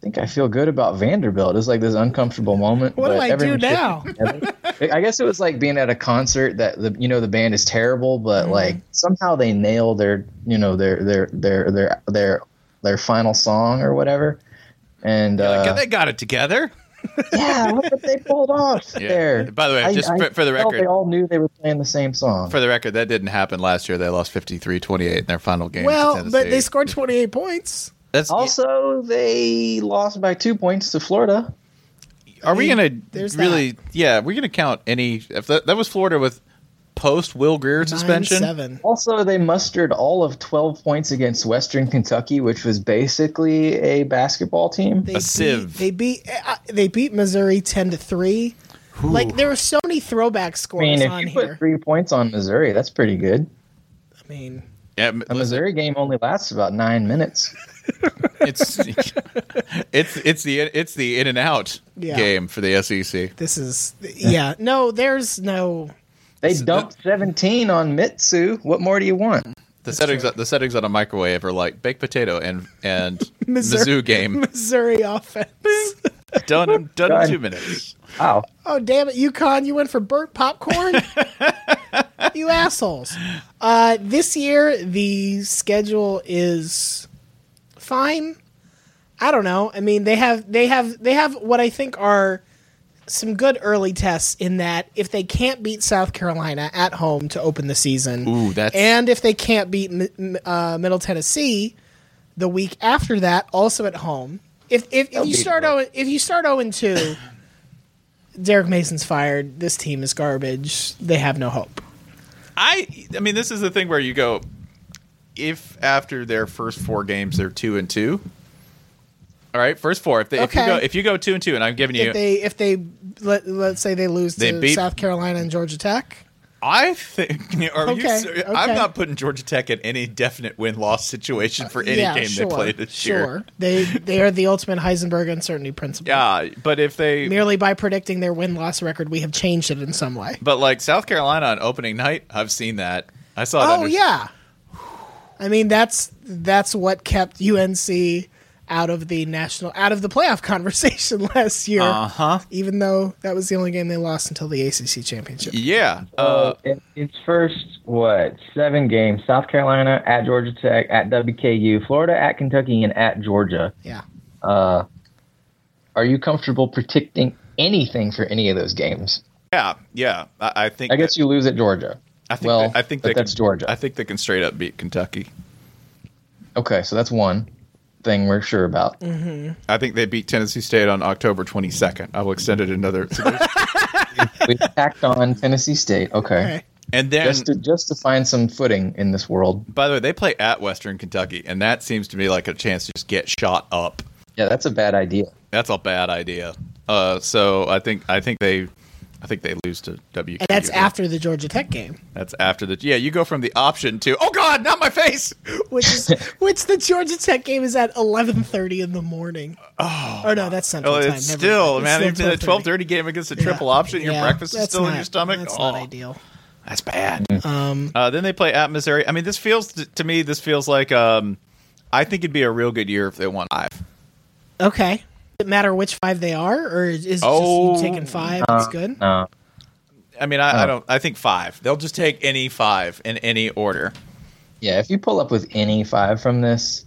[SPEAKER 4] think I feel good about Vanderbilt. It's like this uncomfortable moment.
[SPEAKER 2] What do
[SPEAKER 4] but
[SPEAKER 2] I do
[SPEAKER 4] everyone's shaking
[SPEAKER 2] now?
[SPEAKER 4] together. I guess it was like being at a concert that the you know the band is terrible, but like somehow they nail their you know their their their their their their final song or whatever. And uh,
[SPEAKER 1] they got it together.
[SPEAKER 4] yeah, look what they pulled off
[SPEAKER 1] Yeah.
[SPEAKER 4] there.
[SPEAKER 1] By the way, just for- for the
[SPEAKER 4] felt
[SPEAKER 1] record-
[SPEAKER 4] they all knew they were playing the same song.
[SPEAKER 1] For the record, that didn't happen last year. They lost 53-28 in their final game. to
[SPEAKER 2] well, but
[SPEAKER 1] Tennessee.
[SPEAKER 2] they scored twenty eight points.
[SPEAKER 1] That's,
[SPEAKER 4] also, they lost by two points to Florida.
[SPEAKER 1] are we going to
[SPEAKER 2] there's
[SPEAKER 1] really? Yeah, we're going to count any. If that, that was Florida with post Will Greer suspension.
[SPEAKER 2] Nine, seven.
[SPEAKER 4] Also, they mustered all of 12 points against Western Kentucky, which was basically a basketball team.
[SPEAKER 2] they
[SPEAKER 1] A sieve.
[SPEAKER 2] Beat, they beat uh, they beat Missouri ten to three. Like there were so many throwback
[SPEAKER 4] I
[SPEAKER 2] scores
[SPEAKER 4] mean, if
[SPEAKER 2] on
[SPEAKER 4] you
[SPEAKER 2] here.
[SPEAKER 4] put three points on Missouri, that's pretty good.
[SPEAKER 2] I mean,
[SPEAKER 1] Yeah, m-
[SPEAKER 4] A
[SPEAKER 1] listen,
[SPEAKER 4] Missouri game only lasts about nine minutes.
[SPEAKER 1] it's it's it's the it's the in and out
[SPEAKER 2] Yeah.
[SPEAKER 1] game for the E SEC.
[SPEAKER 2] this is yeah. No, there's no.
[SPEAKER 4] They dumped 17 on Mitsu. What more do you want?
[SPEAKER 1] The settings the settings on a microwave are like baked potato and and
[SPEAKER 2] Missouri.
[SPEAKER 1] Mizzou game
[SPEAKER 2] Missouri offense.
[SPEAKER 1] done in- done
[SPEAKER 4] Done.
[SPEAKER 1] in two minutes.
[SPEAKER 4] Wow.
[SPEAKER 1] Uh,
[SPEAKER 2] Oh damn it, UConn! You went for burnt popcorn. you assholes. Uh, this year the schedule is fine. I don't know. I mean, they have they have they have what I think are some good early tests in that if they can't beat South Carolina at home to open the season,
[SPEAKER 1] Ooh, that's-
[SPEAKER 2] and if they can't beat Mi- M- uh, Middle Tennessee the week after that, also at home. If if, if you start o, if you start zero and two, Derek Mason's fired. This team is garbage. They have no hope.
[SPEAKER 1] I I mean, this is the thing where you go if after their first four games they're two and two. All right, first four. If, they, if you
[SPEAKER 2] Okay.
[SPEAKER 1] go if you go two and two, and I'm giving you,
[SPEAKER 2] If they if they let, let's say they lose
[SPEAKER 1] They
[SPEAKER 2] to
[SPEAKER 1] beat-
[SPEAKER 2] South Carolina and Georgia Tech.
[SPEAKER 1] I think are you
[SPEAKER 2] Okay,
[SPEAKER 1] ser- I'm
[SPEAKER 2] okay.
[SPEAKER 1] not putting Georgia Tech in any definite win loss situation for any game they play this year.
[SPEAKER 2] Sure, they they are the ultimate Heisenberg uncertainty principle.
[SPEAKER 1] Yeah, but if they
[SPEAKER 2] Merely by predicting their win loss record, we have changed it in some way.
[SPEAKER 1] But like South Carolina on opening night, I've seen that. I saw. it
[SPEAKER 2] Oh
[SPEAKER 1] under-
[SPEAKER 2] yeah, I mean that's that's what kept UNC out of the national out of the playoff conversation last year.
[SPEAKER 1] Uh-huh.
[SPEAKER 2] Even though that was the only game they lost until the ACC championship.
[SPEAKER 1] Yeah. Uh,
[SPEAKER 4] Uh, in its first what seven games: South Carolina at Georgia Tech, at WKU, Florida at Kentucky, and at Georgia.
[SPEAKER 2] Yeah.
[SPEAKER 4] Uh, are you comfortable predicting anything for any of those games?
[SPEAKER 1] yeah. Yeah. I, I think.
[SPEAKER 4] I guess
[SPEAKER 1] that-
[SPEAKER 4] you lose at Georgia.
[SPEAKER 1] I think.
[SPEAKER 4] well,
[SPEAKER 1] that- I think
[SPEAKER 4] but
[SPEAKER 1] they
[SPEAKER 4] that's
[SPEAKER 1] can,
[SPEAKER 4] Georgia.
[SPEAKER 1] I think they can straight up beat Kentucky.
[SPEAKER 4] Okay, so that's one thing we're sure about.
[SPEAKER 2] Mm.
[SPEAKER 1] I think they beat Tennessee State on October 22nd. I will extend it another.
[SPEAKER 4] We've tacked on Tennessee State. Okay.
[SPEAKER 2] Okay.
[SPEAKER 1] and then,
[SPEAKER 4] Just to just to find some footing in this world.
[SPEAKER 1] by the way, they play at Western Kentucky, and that seems to me like a chance to just get shot up.
[SPEAKER 4] Yeah, that's a bad idea.
[SPEAKER 1] That's a bad idea. Uh, so I think I think they, I think they lose to WKU.
[SPEAKER 2] And that's after the Georgia Tech game,
[SPEAKER 1] That's after the yeah. You go from the option to oh god, not my face.
[SPEAKER 2] which is which the Georgia Tech game is at eleven thirty in the morning. Oh, no, that's Central
[SPEAKER 1] Oh,
[SPEAKER 2] Time.
[SPEAKER 1] it's
[SPEAKER 2] Never
[SPEAKER 1] still,
[SPEAKER 2] mind. It's
[SPEAKER 1] man.
[SPEAKER 2] still
[SPEAKER 1] even a
[SPEAKER 2] 12:30.
[SPEAKER 1] twelve-thirty game against a
[SPEAKER 2] Yeah.
[SPEAKER 1] triple option, your
[SPEAKER 2] Yeah,
[SPEAKER 1] breakfast is
[SPEAKER 2] that's
[SPEAKER 1] still in
[SPEAKER 2] not-
[SPEAKER 1] your stomach.
[SPEAKER 2] That's
[SPEAKER 1] oh,
[SPEAKER 2] not ideal.
[SPEAKER 1] That's bad.
[SPEAKER 2] Um,
[SPEAKER 1] Uh, then they play at Missouri. I mean, this feels t- to me. This feels like um, I think it'd be a real good year if they won five.
[SPEAKER 2] okay. Does it matter which five they are, or is it
[SPEAKER 1] Oh,
[SPEAKER 2] just you taking five?
[SPEAKER 4] Uh,
[SPEAKER 2] is good.
[SPEAKER 4] No.
[SPEAKER 1] I mean,
[SPEAKER 2] Oh.
[SPEAKER 1] I, I don't. I think five. They'll just take any five in any order.
[SPEAKER 4] Yeah, if you pull up with any five from this,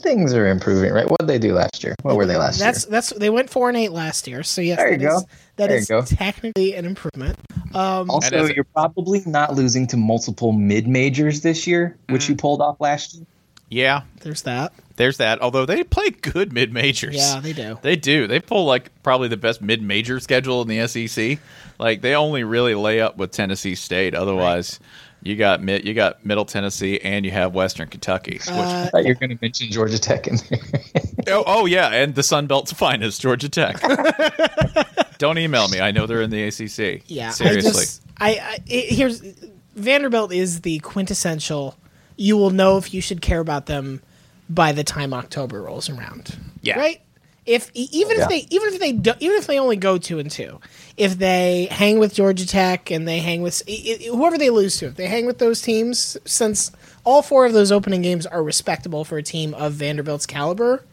[SPEAKER 4] things are improving, right? What did they do last year? What were they last
[SPEAKER 2] That's
[SPEAKER 4] year?
[SPEAKER 2] that's they went four and eight last year, so yes,
[SPEAKER 4] There you
[SPEAKER 2] that is
[SPEAKER 4] go.
[SPEAKER 2] that
[SPEAKER 4] There
[SPEAKER 2] is
[SPEAKER 4] you go.
[SPEAKER 2] technically an improvement. Um,
[SPEAKER 1] And
[SPEAKER 4] Also,
[SPEAKER 1] as a-
[SPEAKER 4] you're probably not losing to multiple mid majors this year, which you pulled off last year.
[SPEAKER 1] Yeah,
[SPEAKER 2] there's that.
[SPEAKER 1] there's that. Although they play good mid majors.
[SPEAKER 2] Yeah, they do.
[SPEAKER 1] They do. They pull like probably the best mid-major schedule in the SEC. Like they only really lay up with Tennessee State. Otherwise, you got mid, you got Middle Tennessee, and you have Western Kentucky. which-
[SPEAKER 2] Uh,
[SPEAKER 4] I thought you were going to mention Georgia Tech in there.
[SPEAKER 1] oh, oh, yeah, and the Sun Belt's finest, Georgia Tech. Don't email me. I know they're in the ACC.
[SPEAKER 2] Yeah,
[SPEAKER 1] seriously.
[SPEAKER 2] I just I, I it, here's Vanderbilt is the quintessential. You will know if you should care about them by the time October rolls around.
[SPEAKER 1] Yeah.
[SPEAKER 2] right. If e- even
[SPEAKER 4] Yeah.
[SPEAKER 2] if they even if they do, even if they only go two and two, if they hang with Georgia Tech and they hang with i- i- whoever they lose to, if they hang with those teams, since all four of those opening games are respectable for a team of Vanderbilt's caliber,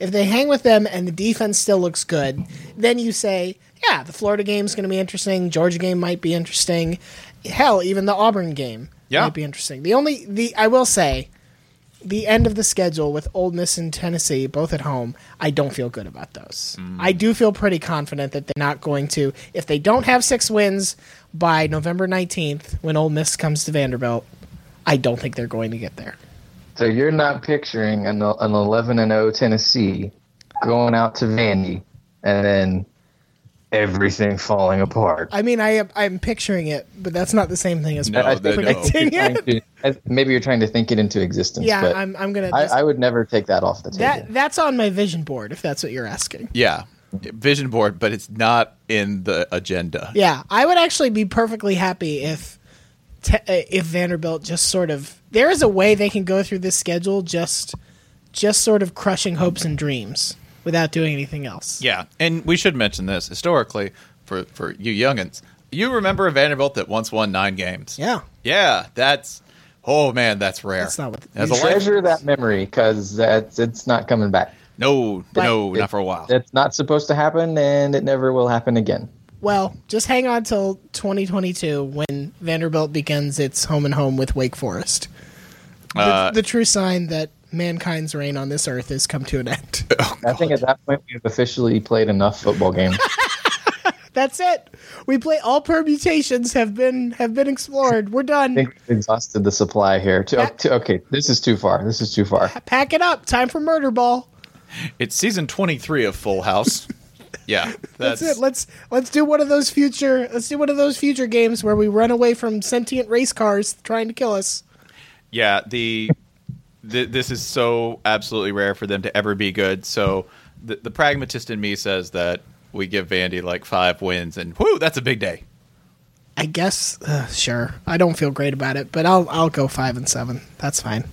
[SPEAKER 2] if they hang with them and the defense still looks good, then you say, yeah, the Florida game's going to be interesting. Georgia game might be interesting. Hell, even the Auburn game
[SPEAKER 1] Yeah.
[SPEAKER 2] might be interesting. The only the I will say, the end of the schedule with Ole Miss and Tennessee both at home, I don't feel good about those. I do feel pretty confident that they're not going to if they don't have six wins by November nineteenth when Ole Miss comes to Vanderbilt. I don't think they're going to get there.
[SPEAKER 4] so you're not picturing an, an 11 and 0 Tennessee going out to Vandy and then everything falling apart.
[SPEAKER 2] I mean, I am I'm picturing it, but that's not the same thing as
[SPEAKER 1] No,
[SPEAKER 4] I
[SPEAKER 1] they
[SPEAKER 4] think
[SPEAKER 1] don't.
[SPEAKER 4] you're
[SPEAKER 2] Dang
[SPEAKER 4] trying
[SPEAKER 2] it.
[SPEAKER 4] to- I- maybe you're trying to think it into existence.
[SPEAKER 2] Yeah,
[SPEAKER 4] but
[SPEAKER 2] I'm I'm gonna.
[SPEAKER 4] I, I would never take that off the table.
[SPEAKER 2] that that's on my vision board if that's what you're asking.
[SPEAKER 1] yeah, vision board, but it's not in the agenda.
[SPEAKER 2] Yeah, I would actually be perfectly happy if te- uh, if Vanderbilt just sort of there is a way they can go through this schedule just just sort of crushing hopes and dreams without doing anything else.
[SPEAKER 1] Yeah, and we should mention this historically for for you youngins. You remember a Vanderbilt that once won nine games?
[SPEAKER 2] Yeah.
[SPEAKER 1] yeah. That's oh man, that's rare.
[SPEAKER 2] That's not what-
[SPEAKER 1] That's
[SPEAKER 4] You
[SPEAKER 1] a life-
[SPEAKER 4] treasure that memory because that's it's not coming back.
[SPEAKER 1] No, no,
[SPEAKER 4] It-
[SPEAKER 1] not for a while.
[SPEAKER 4] That's not supposed to happen, and it never will happen again.
[SPEAKER 2] Well, just hang on till 2022 when Vanderbilt begins its home and home with Wake Forest. The,
[SPEAKER 1] Uh,
[SPEAKER 2] the true sign that mankind's reign on this earth has come to an end.
[SPEAKER 4] I think at that point we've officially played enough football games.
[SPEAKER 2] That's it. We play all permutations have been have been explored. We're
[SPEAKER 4] I
[SPEAKER 2] done.
[SPEAKER 4] think we've exhausted the supply here. Too,
[SPEAKER 2] Yeah.
[SPEAKER 4] too- okay, this is too far. This is too far.
[SPEAKER 2] Pack it up. Time for murder ball.
[SPEAKER 1] It's season 23 of Full House. yeah.
[SPEAKER 2] That's, it. Let's let's do one of those future let's do one of those future games where we run away from sentient race cars trying to kill us.
[SPEAKER 1] yeah the, the this is so absolutely rare for them to ever be good so the, the pragmatist in me says that we give vandy like five wins and whoo that's a big day
[SPEAKER 2] I guess uh, sure. I don't feel great about it, but I'll I'll go 5 and 7. That's fine.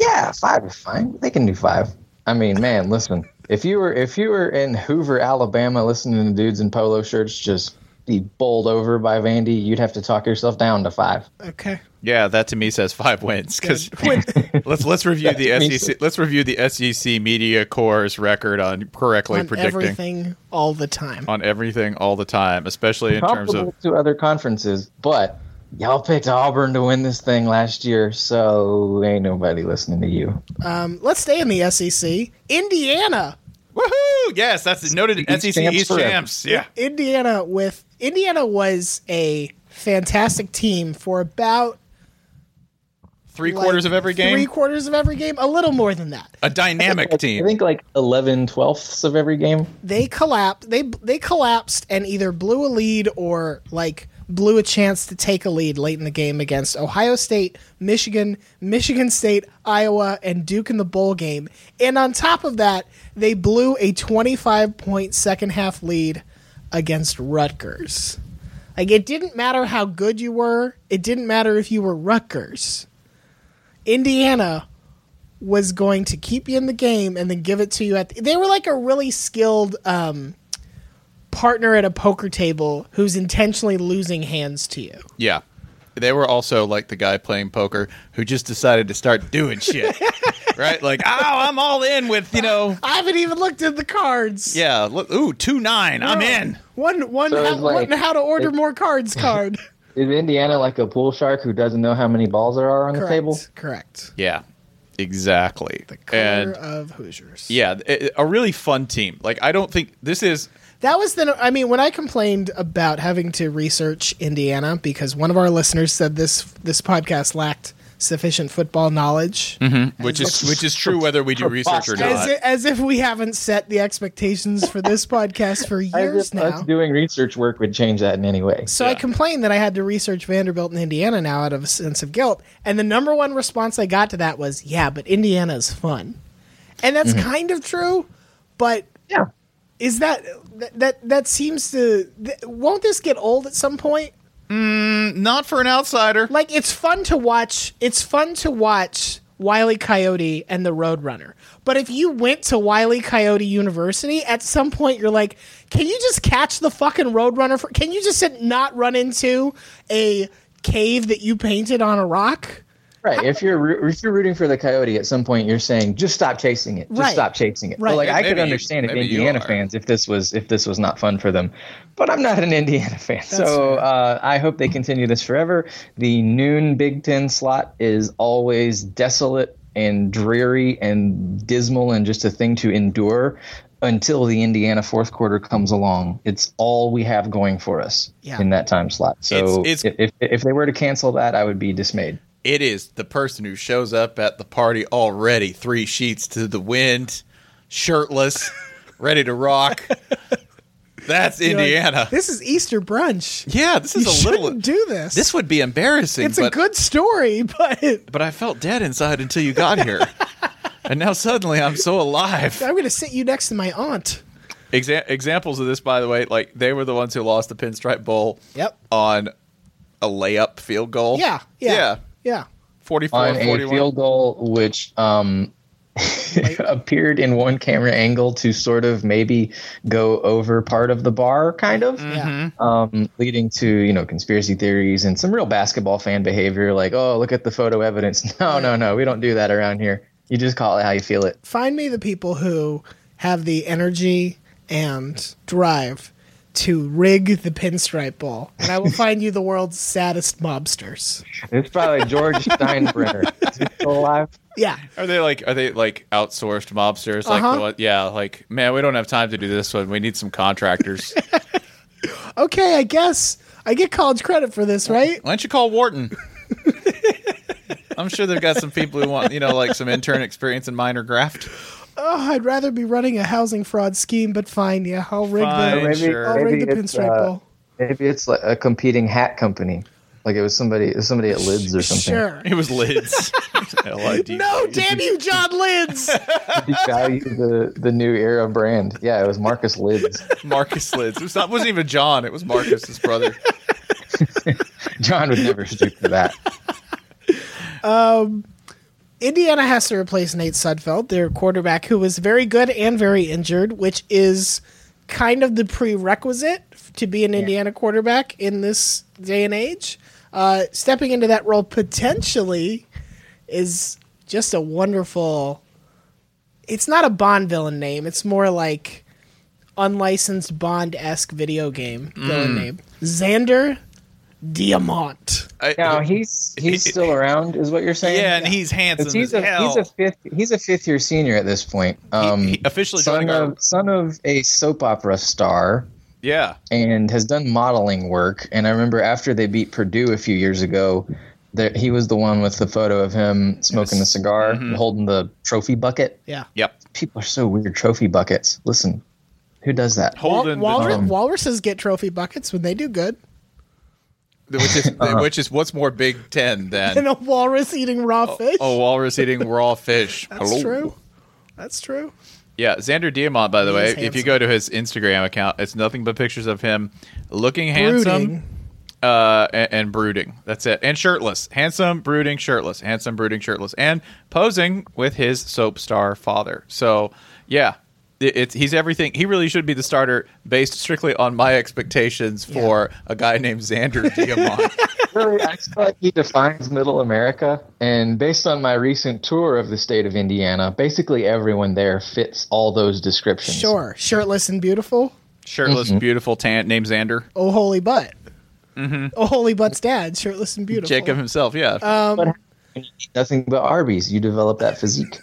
[SPEAKER 4] Yeah, five is fine. They can do five. I mean, man, listen. If you were if you were in Hoover, Alabama, listening to dudes in polo shirts just be bowled over by Vandy, you'd have to talk yourself down to five.
[SPEAKER 2] Okay.
[SPEAKER 1] yeah that to me says five wins because
[SPEAKER 2] Win-
[SPEAKER 1] let's let's review
[SPEAKER 4] That
[SPEAKER 1] the
[SPEAKER 4] means-
[SPEAKER 1] sec let's review the sec media core's record on correctly
[SPEAKER 2] on
[SPEAKER 1] predicting
[SPEAKER 2] everything all the time.
[SPEAKER 1] on everything all the time especially in terms
[SPEAKER 4] Comparable
[SPEAKER 1] of
[SPEAKER 4] to other conferences, but y'all picked Auburn to win this thing last year, so ain't nobody listening to you.
[SPEAKER 2] Um, let's stay in the SEC. Indiana.
[SPEAKER 1] woohoo yes that's noted
[SPEAKER 4] East
[SPEAKER 1] sec
[SPEAKER 4] champs
[SPEAKER 1] east
[SPEAKER 4] forever.
[SPEAKER 1] champs yeah
[SPEAKER 2] Indiana with Indiana was a fantastic team for about
[SPEAKER 1] three
[SPEAKER 2] like,
[SPEAKER 1] quarters of every game
[SPEAKER 2] Three quarters of every game, a little more than that.
[SPEAKER 1] a dynamic team
[SPEAKER 4] I think like 11 twelfths of every game.
[SPEAKER 2] They collapsed. They they collapsed and either blew a lead or like blew a chance to take a lead late in the game against Ohio State, Michigan, Michigan State, Iowa, and Duke in the bowl game. And on top of that, they blew a 25 point second half lead against Rutgers. Like it didn't matter how good you were. It didn't matter if you were Rutgers. Indiana was going to keep you in the game and then give it to you at. The, they were like a really skilled um, partner at a poker table who's intentionally losing hands to you.
[SPEAKER 1] Yeah. They were also like the guy playing poker who just decided to start doing shit. right? Like, oh, I'm all in with, you know,
[SPEAKER 2] I haven't even looked at the cards.
[SPEAKER 1] yeah, look, ooh, 2 9. I'm
[SPEAKER 2] No.
[SPEAKER 1] in.
[SPEAKER 2] One one
[SPEAKER 4] So
[SPEAKER 2] how,
[SPEAKER 4] it's like-
[SPEAKER 2] one how to order
[SPEAKER 4] it-
[SPEAKER 2] more cards card.
[SPEAKER 4] Is Indiana like a pool shark who doesn't know how many balls there are on
[SPEAKER 2] correct.
[SPEAKER 4] the table?
[SPEAKER 2] Correct.
[SPEAKER 1] Yeah. Exactly.
[SPEAKER 2] The color
[SPEAKER 1] and
[SPEAKER 2] of Hoosiers.
[SPEAKER 1] yeah, it- a really fun team. Like, I don't think this is.
[SPEAKER 2] That was the. I mean, when I complained about having to research Indiana because one of our listeners said this this podcast lacked sufficient football knowledge,
[SPEAKER 1] Which is which is true whether we do research or
[SPEAKER 2] as,
[SPEAKER 1] not.
[SPEAKER 2] i- as if we haven't set the expectations for this podcast for years
[SPEAKER 4] As if
[SPEAKER 2] now.
[SPEAKER 4] us doing research work would change that in any way.
[SPEAKER 2] So I complained that I had to research Vanderbilt and Indiana now out of a sense of guilt, and the number one response I got to that was, "Yeah, but Indiana's fun," and that's
[SPEAKER 4] Mm-hmm.
[SPEAKER 2] kind of true, but
[SPEAKER 4] Yeah.
[SPEAKER 2] is that that that, that seems to th- won't this get old at some point?
[SPEAKER 1] Not for an outsider.
[SPEAKER 2] like it's fun to watch it's fun to watch Wiley Coyote and the Roadrunner. But if you went to Wiley Coyote University, at some point you're like, can you just catch the fucking Roadrunner for can you just sit- not run into a cave that you painted on a rock?
[SPEAKER 4] Right. If you're roo- if you're rooting for the Coyote, at some point you're saying, just stop chasing it. Just
[SPEAKER 2] Right.
[SPEAKER 4] stop chasing it.
[SPEAKER 2] Right.
[SPEAKER 4] Well, like
[SPEAKER 1] And
[SPEAKER 4] I could
[SPEAKER 1] maybe you-
[SPEAKER 4] understand if
[SPEAKER 1] maybe you
[SPEAKER 4] Indiana
[SPEAKER 1] are.
[SPEAKER 4] fans if this was if this was not fun for them, but I'm not an Indiana fan, so
[SPEAKER 2] fair.
[SPEAKER 4] uh, I hope they continue this forever. The noon Big Ten slot is always desolate and dreary and dismal and just a thing to endure until the Indiana fourth quarter comes along. It's all we have going for us
[SPEAKER 2] Yeah.
[SPEAKER 4] in that time slot. So
[SPEAKER 1] It's- it's-
[SPEAKER 4] if if they were to cancel that, I would be dismayed.
[SPEAKER 1] It is the person who shows up at the party already three sheets to the wind, shirtless, ready to rock. That's
[SPEAKER 2] You're like,
[SPEAKER 1] Indiana.
[SPEAKER 2] this is Easter brunch.
[SPEAKER 1] Yeah, this
[SPEAKER 2] You
[SPEAKER 1] is a
[SPEAKER 2] shouldn't
[SPEAKER 1] little.
[SPEAKER 2] do this.
[SPEAKER 1] This would be embarrassing.
[SPEAKER 2] it's
[SPEAKER 1] but,
[SPEAKER 2] a good story, but
[SPEAKER 1] but I felt dead inside until you got here, and now suddenly I'm so alive.
[SPEAKER 2] I'm going to sit you next to my aunt.
[SPEAKER 1] Exa- examples of this, by the way, like they were the ones who lost the Pinstripe Bowl.
[SPEAKER 2] Yep.
[SPEAKER 1] On a layup field goal.
[SPEAKER 2] Yeah. Yeah. Yeah. yeah.
[SPEAKER 1] 44,
[SPEAKER 4] on a
[SPEAKER 1] 41.
[SPEAKER 4] field goal which um, appeared in one camera angle to sort of maybe go over part of the bar, kind of, um, leading to you know conspiracy theories and some real basketball fan behavior, like oh look at the photo evidence. No, no, no, we don't do that around here. You just call it how you feel it.
[SPEAKER 2] find me the people who have the energy and drive to rig the pinstripe ball, and I will find you the world's saddest mobsters.
[SPEAKER 4] It's probably George Steinbrenner. Is he still alive?
[SPEAKER 2] Yeah,
[SPEAKER 1] Are they like are they like outsourced mobsters? Like
[SPEAKER 2] Uh-huh.
[SPEAKER 1] the one, yeah, like man, we don't have time to do this one. We need some contractors.
[SPEAKER 2] okay, I guess I get college credit for this, right?
[SPEAKER 1] Why don't you call Wharton? I'm sure they've got some people who want, you know, like some intern experience in minor graft.
[SPEAKER 2] Oh, I'd rather be running a housing fraud scheme, but fine, yeah, I'll rig
[SPEAKER 1] Fine,
[SPEAKER 2] the
[SPEAKER 1] sure.
[SPEAKER 2] I'll rig the
[SPEAKER 4] Maybe it's,
[SPEAKER 2] pinstripe
[SPEAKER 4] uh,
[SPEAKER 2] bowl.
[SPEAKER 4] Maybe it's like a competing hat company. Like it was somebody, it was somebody at Lids or something.
[SPEAKER 2] Sure.
[SPEAKER 1] It was lids. L-I-D.
[SPEAKER 2] No, damn you, John Linds.
[SPEAKER 4] Devalue the the new era brand. Yeah, it was Marcus Lids.
[SPEAKER 1] Marcus Lids. It was not, wasn't even John. It was Marcus's brother.
[SPEAKER 4] John would never stoop to that.
[SPEAKER 2] Indiana has to replace Nate Sudfeld, their quarterback, who was very good and very injured, which is kind of the prerequisite f- to be an Indiana quarterback in this day and age. Uh, stepping into that role potentially is just a wonderful. It's not a Bond villain name. It's more like unlicensed Bond esque video game villain name. Xander Diamant.
[SPEAKER 1] I-
[SPEAKER 4] Now he's he's still around, is what you're saying?
[SPEAKER 1] yeah, and he's handsome
[SPEAKER 4] Because he's
[SPEAKER 1] as
[SPEAKER 4] a
[SPEAKER 1] hell.
[SPEAKER 4] he's a fifth he's a fifth year senior at this point. Um,
[SPEAKER 1] He- he officially
[SPEAKER 4] son
[SPEAKER 1] joining our-
[SPEAKER 4] of son of a soap opera star
[SPEAKER 1] yeah.
[SPEAKER 4] and has done modeling work. And I remember after they beat Purdue a few years ago, there, he was the one with the photo of him smoking the cigar,
[SPEAKER 1] Mm-hmm.
[SPEAKER 4] holding the trophy bucket.
[SPEAKER 2] Yeah.
[SPEAKER 1] Yep.
[SPEAKER 4] People are so weird. Trophy buckets. Listen, who does that?
[SPEAKER 2] Wal-
[SPEAKER 1] Holden,
[SPEAKER 2] walrus-
[SPEAKER 1] the,
[SPEAKER 2] walruses get trophy buckets when they do good.
[SPEAKER 1] which is which is what's more Big Ten
[SPEAKER 2] and
[SPEAKER 1] than
[SPEAKER 2] a walrus eating raw fish.
[SPEAKER 1] a walrus eating raw fish.
[SPEAKER 2] that's
[SPEAKER 1] Oh, Hello.
[SPEAKER 2] true. That's true.
[SPEAKER 1] Yeah, Xander Diamant, by the way,
[SPEAKER 2] is
[SPEAKER 1] if you
[SPEAKER 2] handsome.
[SPEAKER 1] go to his Instagram account, it's nothing but pictures of him looking
[SPEAKER 2] Brooding.
[SPEAKER 1] handsome uh, and, and brooding. That's it. And shirtless. Handsome, brooding, shirtless. Handsome, brooding, shirtless. And posing with his soap star father. So, yeah, it, it's, he's everything. He really should be the starter based strictly on my expectations for a guy named Xander Diamant.
[SPEAKER 4] really, I feel like he defines middle America. And based on my recent tour of the state of Indiana, basically everyone there fits all those descriptions.
[SPEAKER 2] Sure. Shirtless and beautiful.
[SPEAKER 1] Shirtless, beautiful, tan, named Xander.
[SPEAKER 2] Oh, holy butt. Oh, holy butt's dad. Shirtless and beautiful.
[SPEAKER 1] Mm-hmm. Jacob himself, yeah.
[SPEAKER 2] Uh,
[SPEAKER 4] Nothing but Arby's. You develop that physique.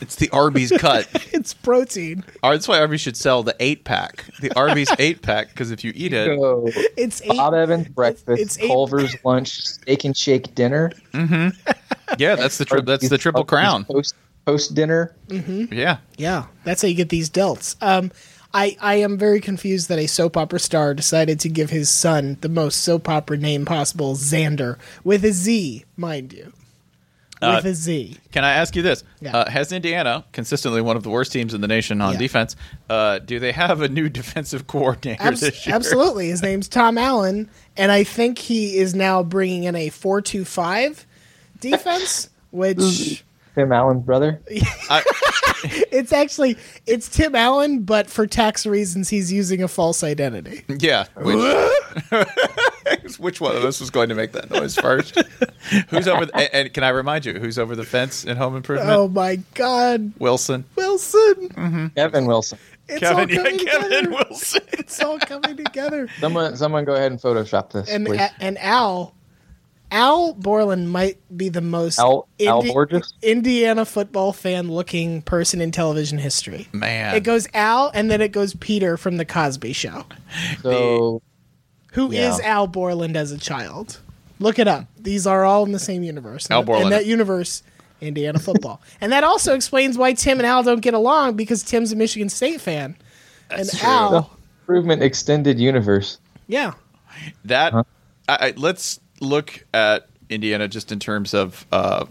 [SPEAKER 1] it's the Arby's cut.
[SPEAKER 2] It's protein.
[SPEAKER 1] Ar- That's why Arby's should sell the eight pack, the Arby's eight pack, because if you eat it,
[SPEAKER 4] So
[SPEAKER 2] It's eight.
[SPEAKER 4] Bob Evans breakfast,
[SPEAKER 2] it's eight-
[SPEAKER 4] Culver's lunch, steak and shake dinner.
[SPEAKER 1] yeah, that's the tri- that's the triple crown.
[SPEAKER 4] Post, post dinner.
[SPEAKER 1] Yeah,
[SPEAKER 2] Yeah, that's how you get these delts. Um, I I am very confused that a soap opera star decided to give his son the most soap opera name possible, Xander, with a Z, mind you, with
[SPEAKER 1] Uh,
[SPEAKER 2] a Z.
[SPEAKER 1] Can I ask you this?
[SPEAKER 2] Yeah.
[SPEAKER 1] Uh, has Indiana, consistently one of the worst teams in the nation on
[SPEAKER 2] Yeah.
[SPEAKER 1] defense, uh, do they have a new defensive coordinator
[SPEAKER 2] Abs-
[SPEAKER 1] this year?
[SPEAKER 2] Absolutely. His name's Tom Allen, and I think he is now bringing in a 4 2 5 defense, which
[SPEAKER 4] Tim Allen's brother.
[SPEAKER 2] it's actually it's Tim Allen, but for tax reasons he's using a false identity.
[SPEAKER 1] Yeah. Which, which one of us was going to make that noise first? who's over? The, and, and can I remind you who's over the fence in Home Improvement?
[SPEAKER 2] Oh my god,
[SPEAKER 1] Wilson,
[SPEAKER 2] Wilson.
[SPEAKER 4] Kevin Wilson.
[SPEAKER 2] It's
[SPEAKER 1] Kevin,
[SPEAKER 2] all
[SPEAKER 1] yeah,
[SPEAKER 2] coming
[SPEAKER 1] Kevin
[SPEAKER 2] together.
[SPEAKER 1] Wilson.
[SPEAKER 2] It's all coming together.
[SPEAKER 4] Someone someone go ahead and Photoshop this,
[SPEAKER 2] And
[SPEAKER 4] please.
[SPEAKER 2] a- and Al Al Borland might be the most
[SPEAKER 4] Al- Al Borges?
[SPEAKER 2] Indiana football fan looking person in television history.
[SPEAKER 1] Man,
[SPEAKER 2] It goes Al, and then it goes Peter from the Cosby Show.
[SPEAKER 4] so
[SPEAKER 2] Who is
[SPEAKER 4] Yeah.
[SPEAKER 2] Al Borland as a child? Look it up. These are all in the same universe.
[SPEAKER 1] Al Borland.
[SPEAKER 2] In that universe, Indiana football, and that also explains why Tim and Al don't get along because Tim's a Michigan State fan, and Al,
[SPEAKER 4] improvement extended universe.
[SPEAKER 2] yeah,
[SPEAKER 1] that. I, I, let's look at Indiana just in terms of. Uh,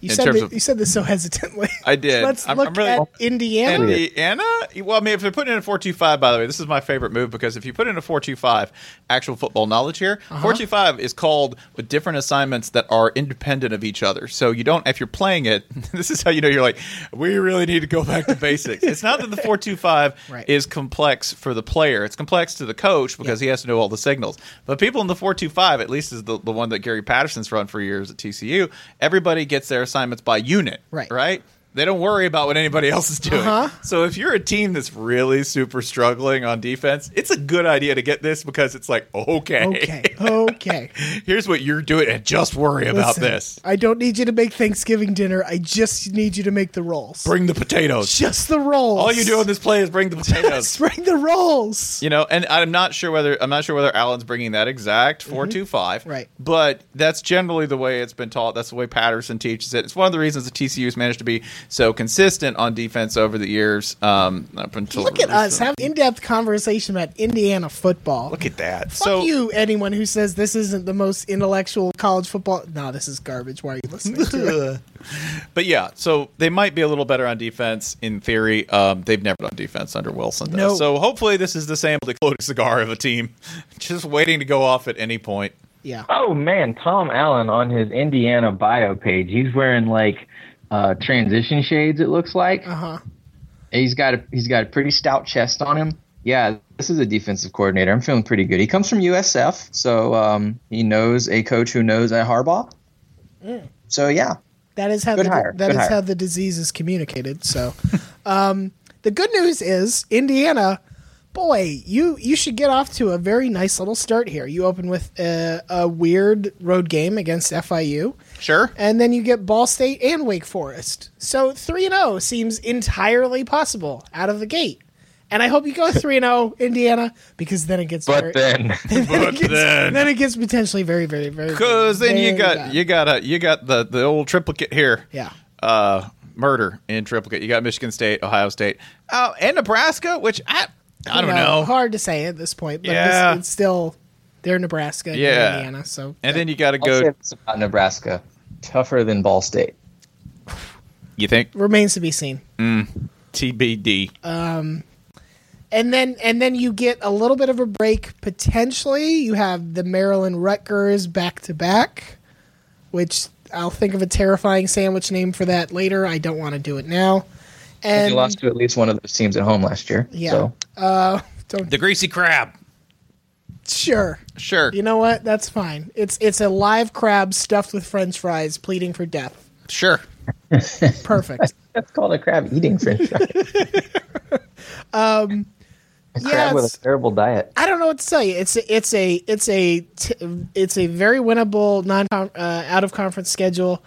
[SPEAKER 2] you
[SPEAKER 1] In
[SPEAKER 2] said
[SPEAKER 1] terms
[SPEAKER 2] that,
[SPEAKER 1] of-
[SPEAKER 2] you said this so hesitantly.
[SPEAKER 1] I did.
[SPEAKER 2] Let's
[SPEAKER 1] I'm-
[SPEAKER 2] look
[SPEAKER 1] I'm really-
[SPEAKER 2] at Indiana.
[SPEAKER 1] Indiana? Well, I mean, if they're putting in a four-two-five, by the way, this is my favorite move because if you put in a four-two-five, actual football knowledge here, four-two-five is called with different assignments that are independent of each other. So you don't, if you're playing it, this is how you know you're like, we really need to go back to basics. it's not that the four-two-five
[SPEAKER 2] Right.
[SPEAKER 1] is complex for the player; it's complex to the coach because he has to know all the signals. But people in the four-two-five, at least is the, the one that Gary Patterson's run for years at TCU, everybody gets their assignments by unit,
[SPEAKER 2] Right.
[SPEAKER 1] Right. They don't worry about what anybody else is doing.
[SPEAKER 2] Uh-huh.
[SPEAKER 1] So if you're a team that's really super struggling on defense, it's a good idea to get this because it's like, okay,
[SPEAKER 2] Okay. Okay.
[SPEAKER 1] here's what you're doing, and just worry about
[SPEAKER 2] Listen,
[SPEAKER 1] this.
[SPEAKER 2] I don't need you to make Thanksgiving dinner. I just need you to make the rolls.
[SPEAKER 1] Bring the potatoes.
[SPEAKER 2] just the rolls.
[SPEAKER 1] All you do in this play is bring the potatoes.
[SPEAKER 2] Just bring the rolls.
[SPEAKER 1] You know, and I'm not sure whether I'm not sure whether Allen's bringing that exact four two five,
[SPEAKER 2] Mm-hmm. Right.
[SPEAKER 1] But that's generally the way it's been taught. That's the way Patterson teaches it. It's one of the reasons the TCU's managed to be so consistent on defense over the years. Um, up until
[SPEAKER 2] Look at us have in-depth conversation about Indiana football.
[SPEAKER 1] Look at that.
[SPEAKER 2] Fuck
[SPEAKER 1] so
[SPEAKER 2] you, anyone who says this isn't the most intellectual college football. No, this is garbage. Why are you listening to it?
[SPEAKER 1] But yeah, so they might be a little better on defense in theory. Um, they've never done defense under Wilson. Though.
[SPEAKER 2] No.
[SPEAKER 1] So hopefully this is the same exploding cigar of a team, just waiting to go off at any point.
[SPEAKER 2] Yeah.
[SPEAKER 4] Oh man, Tom Allen on his Indiana bio page, he's wearing like uh, transition shades. It looks like
[SPEAKER 2] Uh huh.
[SPEAKER 4] he's got a he's got a pretty stout chest on him.
[SPEAKER 3] Yeah, this is a defensive coordinator. I'm feeling pretty good. He comes from USF, so um, he knows a coach who knows a Harbaugh.
[SPEAKER 2] Mm.
[SPEAKER 3] So yeah,
[SPEAKER 2] That is how the,
[SPEAKER 3] hire.
[SPEAKER 2] that
[SPEAKER 3] Good
[SPEAKER 2] is
[SPEAKER 3] hire.
[SPEAKER 2] how the disease is communicated. So, um, the good news is Indiana, boy, you you should get off to a very nice little start here. You open with a, a weird road game against FIU,
[SPEAKER 1] Sure.
[SPEAKER 2] and then you get Ball State and Wake Forest. So three and zero seems entirely possible out of the gate. And I hope you go three and zero Indiana because then it gets very,
[SPEAKER 4] But then
[SPEAKER 1] But then.
[SPEAKER 2] then it gets potentially very very very
[SPEAKER 1] Cause then you
[SPEAKER 2] very
[SPEAKER 1] got
[SPEAKER 2] bad.
[SPEAKER 1] you got a you got the the old triplicate here.
[SPEAKER 2] Yeah.
[SPEAKER 1] Uh, murder in triplicate. You got Michigan State, Ohio State, oh, and Nebraska, which I I don't
[SPEAKER 2] you know,
[SPEAKER 1] know.
[SPEAKER 2] Hard to say at this point, but
[SPEAKER 1] Yeah.
[SPEAKER 2] it's, it's still they're Nebraska, and
[SPEAKER 1] Yeah.
[SPEAKER 2] Indiana. So
[SPEAKER 1] And then you got to
[SPEAKER 3] I'll say
[SPEAKER 1] go.
[SPEAKER 3] this about Nebraska, tougher than Ball State.
[SPEAKER 1] You think
[SPEAKER 2] remains to be seen.
[SPEAKER 1] TBD?
[SPEAKER 2] Uh, And then and then you get a little bit of a break potentially. You have the Maryland Rutgers back to back, which I'll think of a terrifying sandwich name for that later. I don't want to do it now.
[SPEAKER 3] They
[SPEAKER 2] And
[SPEAKER 3] lost to at least one of those teams at home last year.
[SPEAKER 2] yeah,
[SPEAKER 3] So
[SPEAKER 2] uh, don't
[SPEAKER 1] the greasy crab.
[SPEAKER 2] sure.
[SPEAKER 1] Sure.
[SPEAKER 2] You know what? That's fine. It's it's a live crab stuffed with French fries, pleading for death.
[SPEAKER 1] Sure.
[SPEAKER 2] Perfect.
[SPEAKER 3] that's called a crab eating French fry. crab with
[SPEAKER 2] yes.
[SPEAKER 3] a terrible diet.
[SPEAKER 2] I don't know what to tell you. It's a, it's a it's a t- it's a very winnable non uh, out of conference schedule.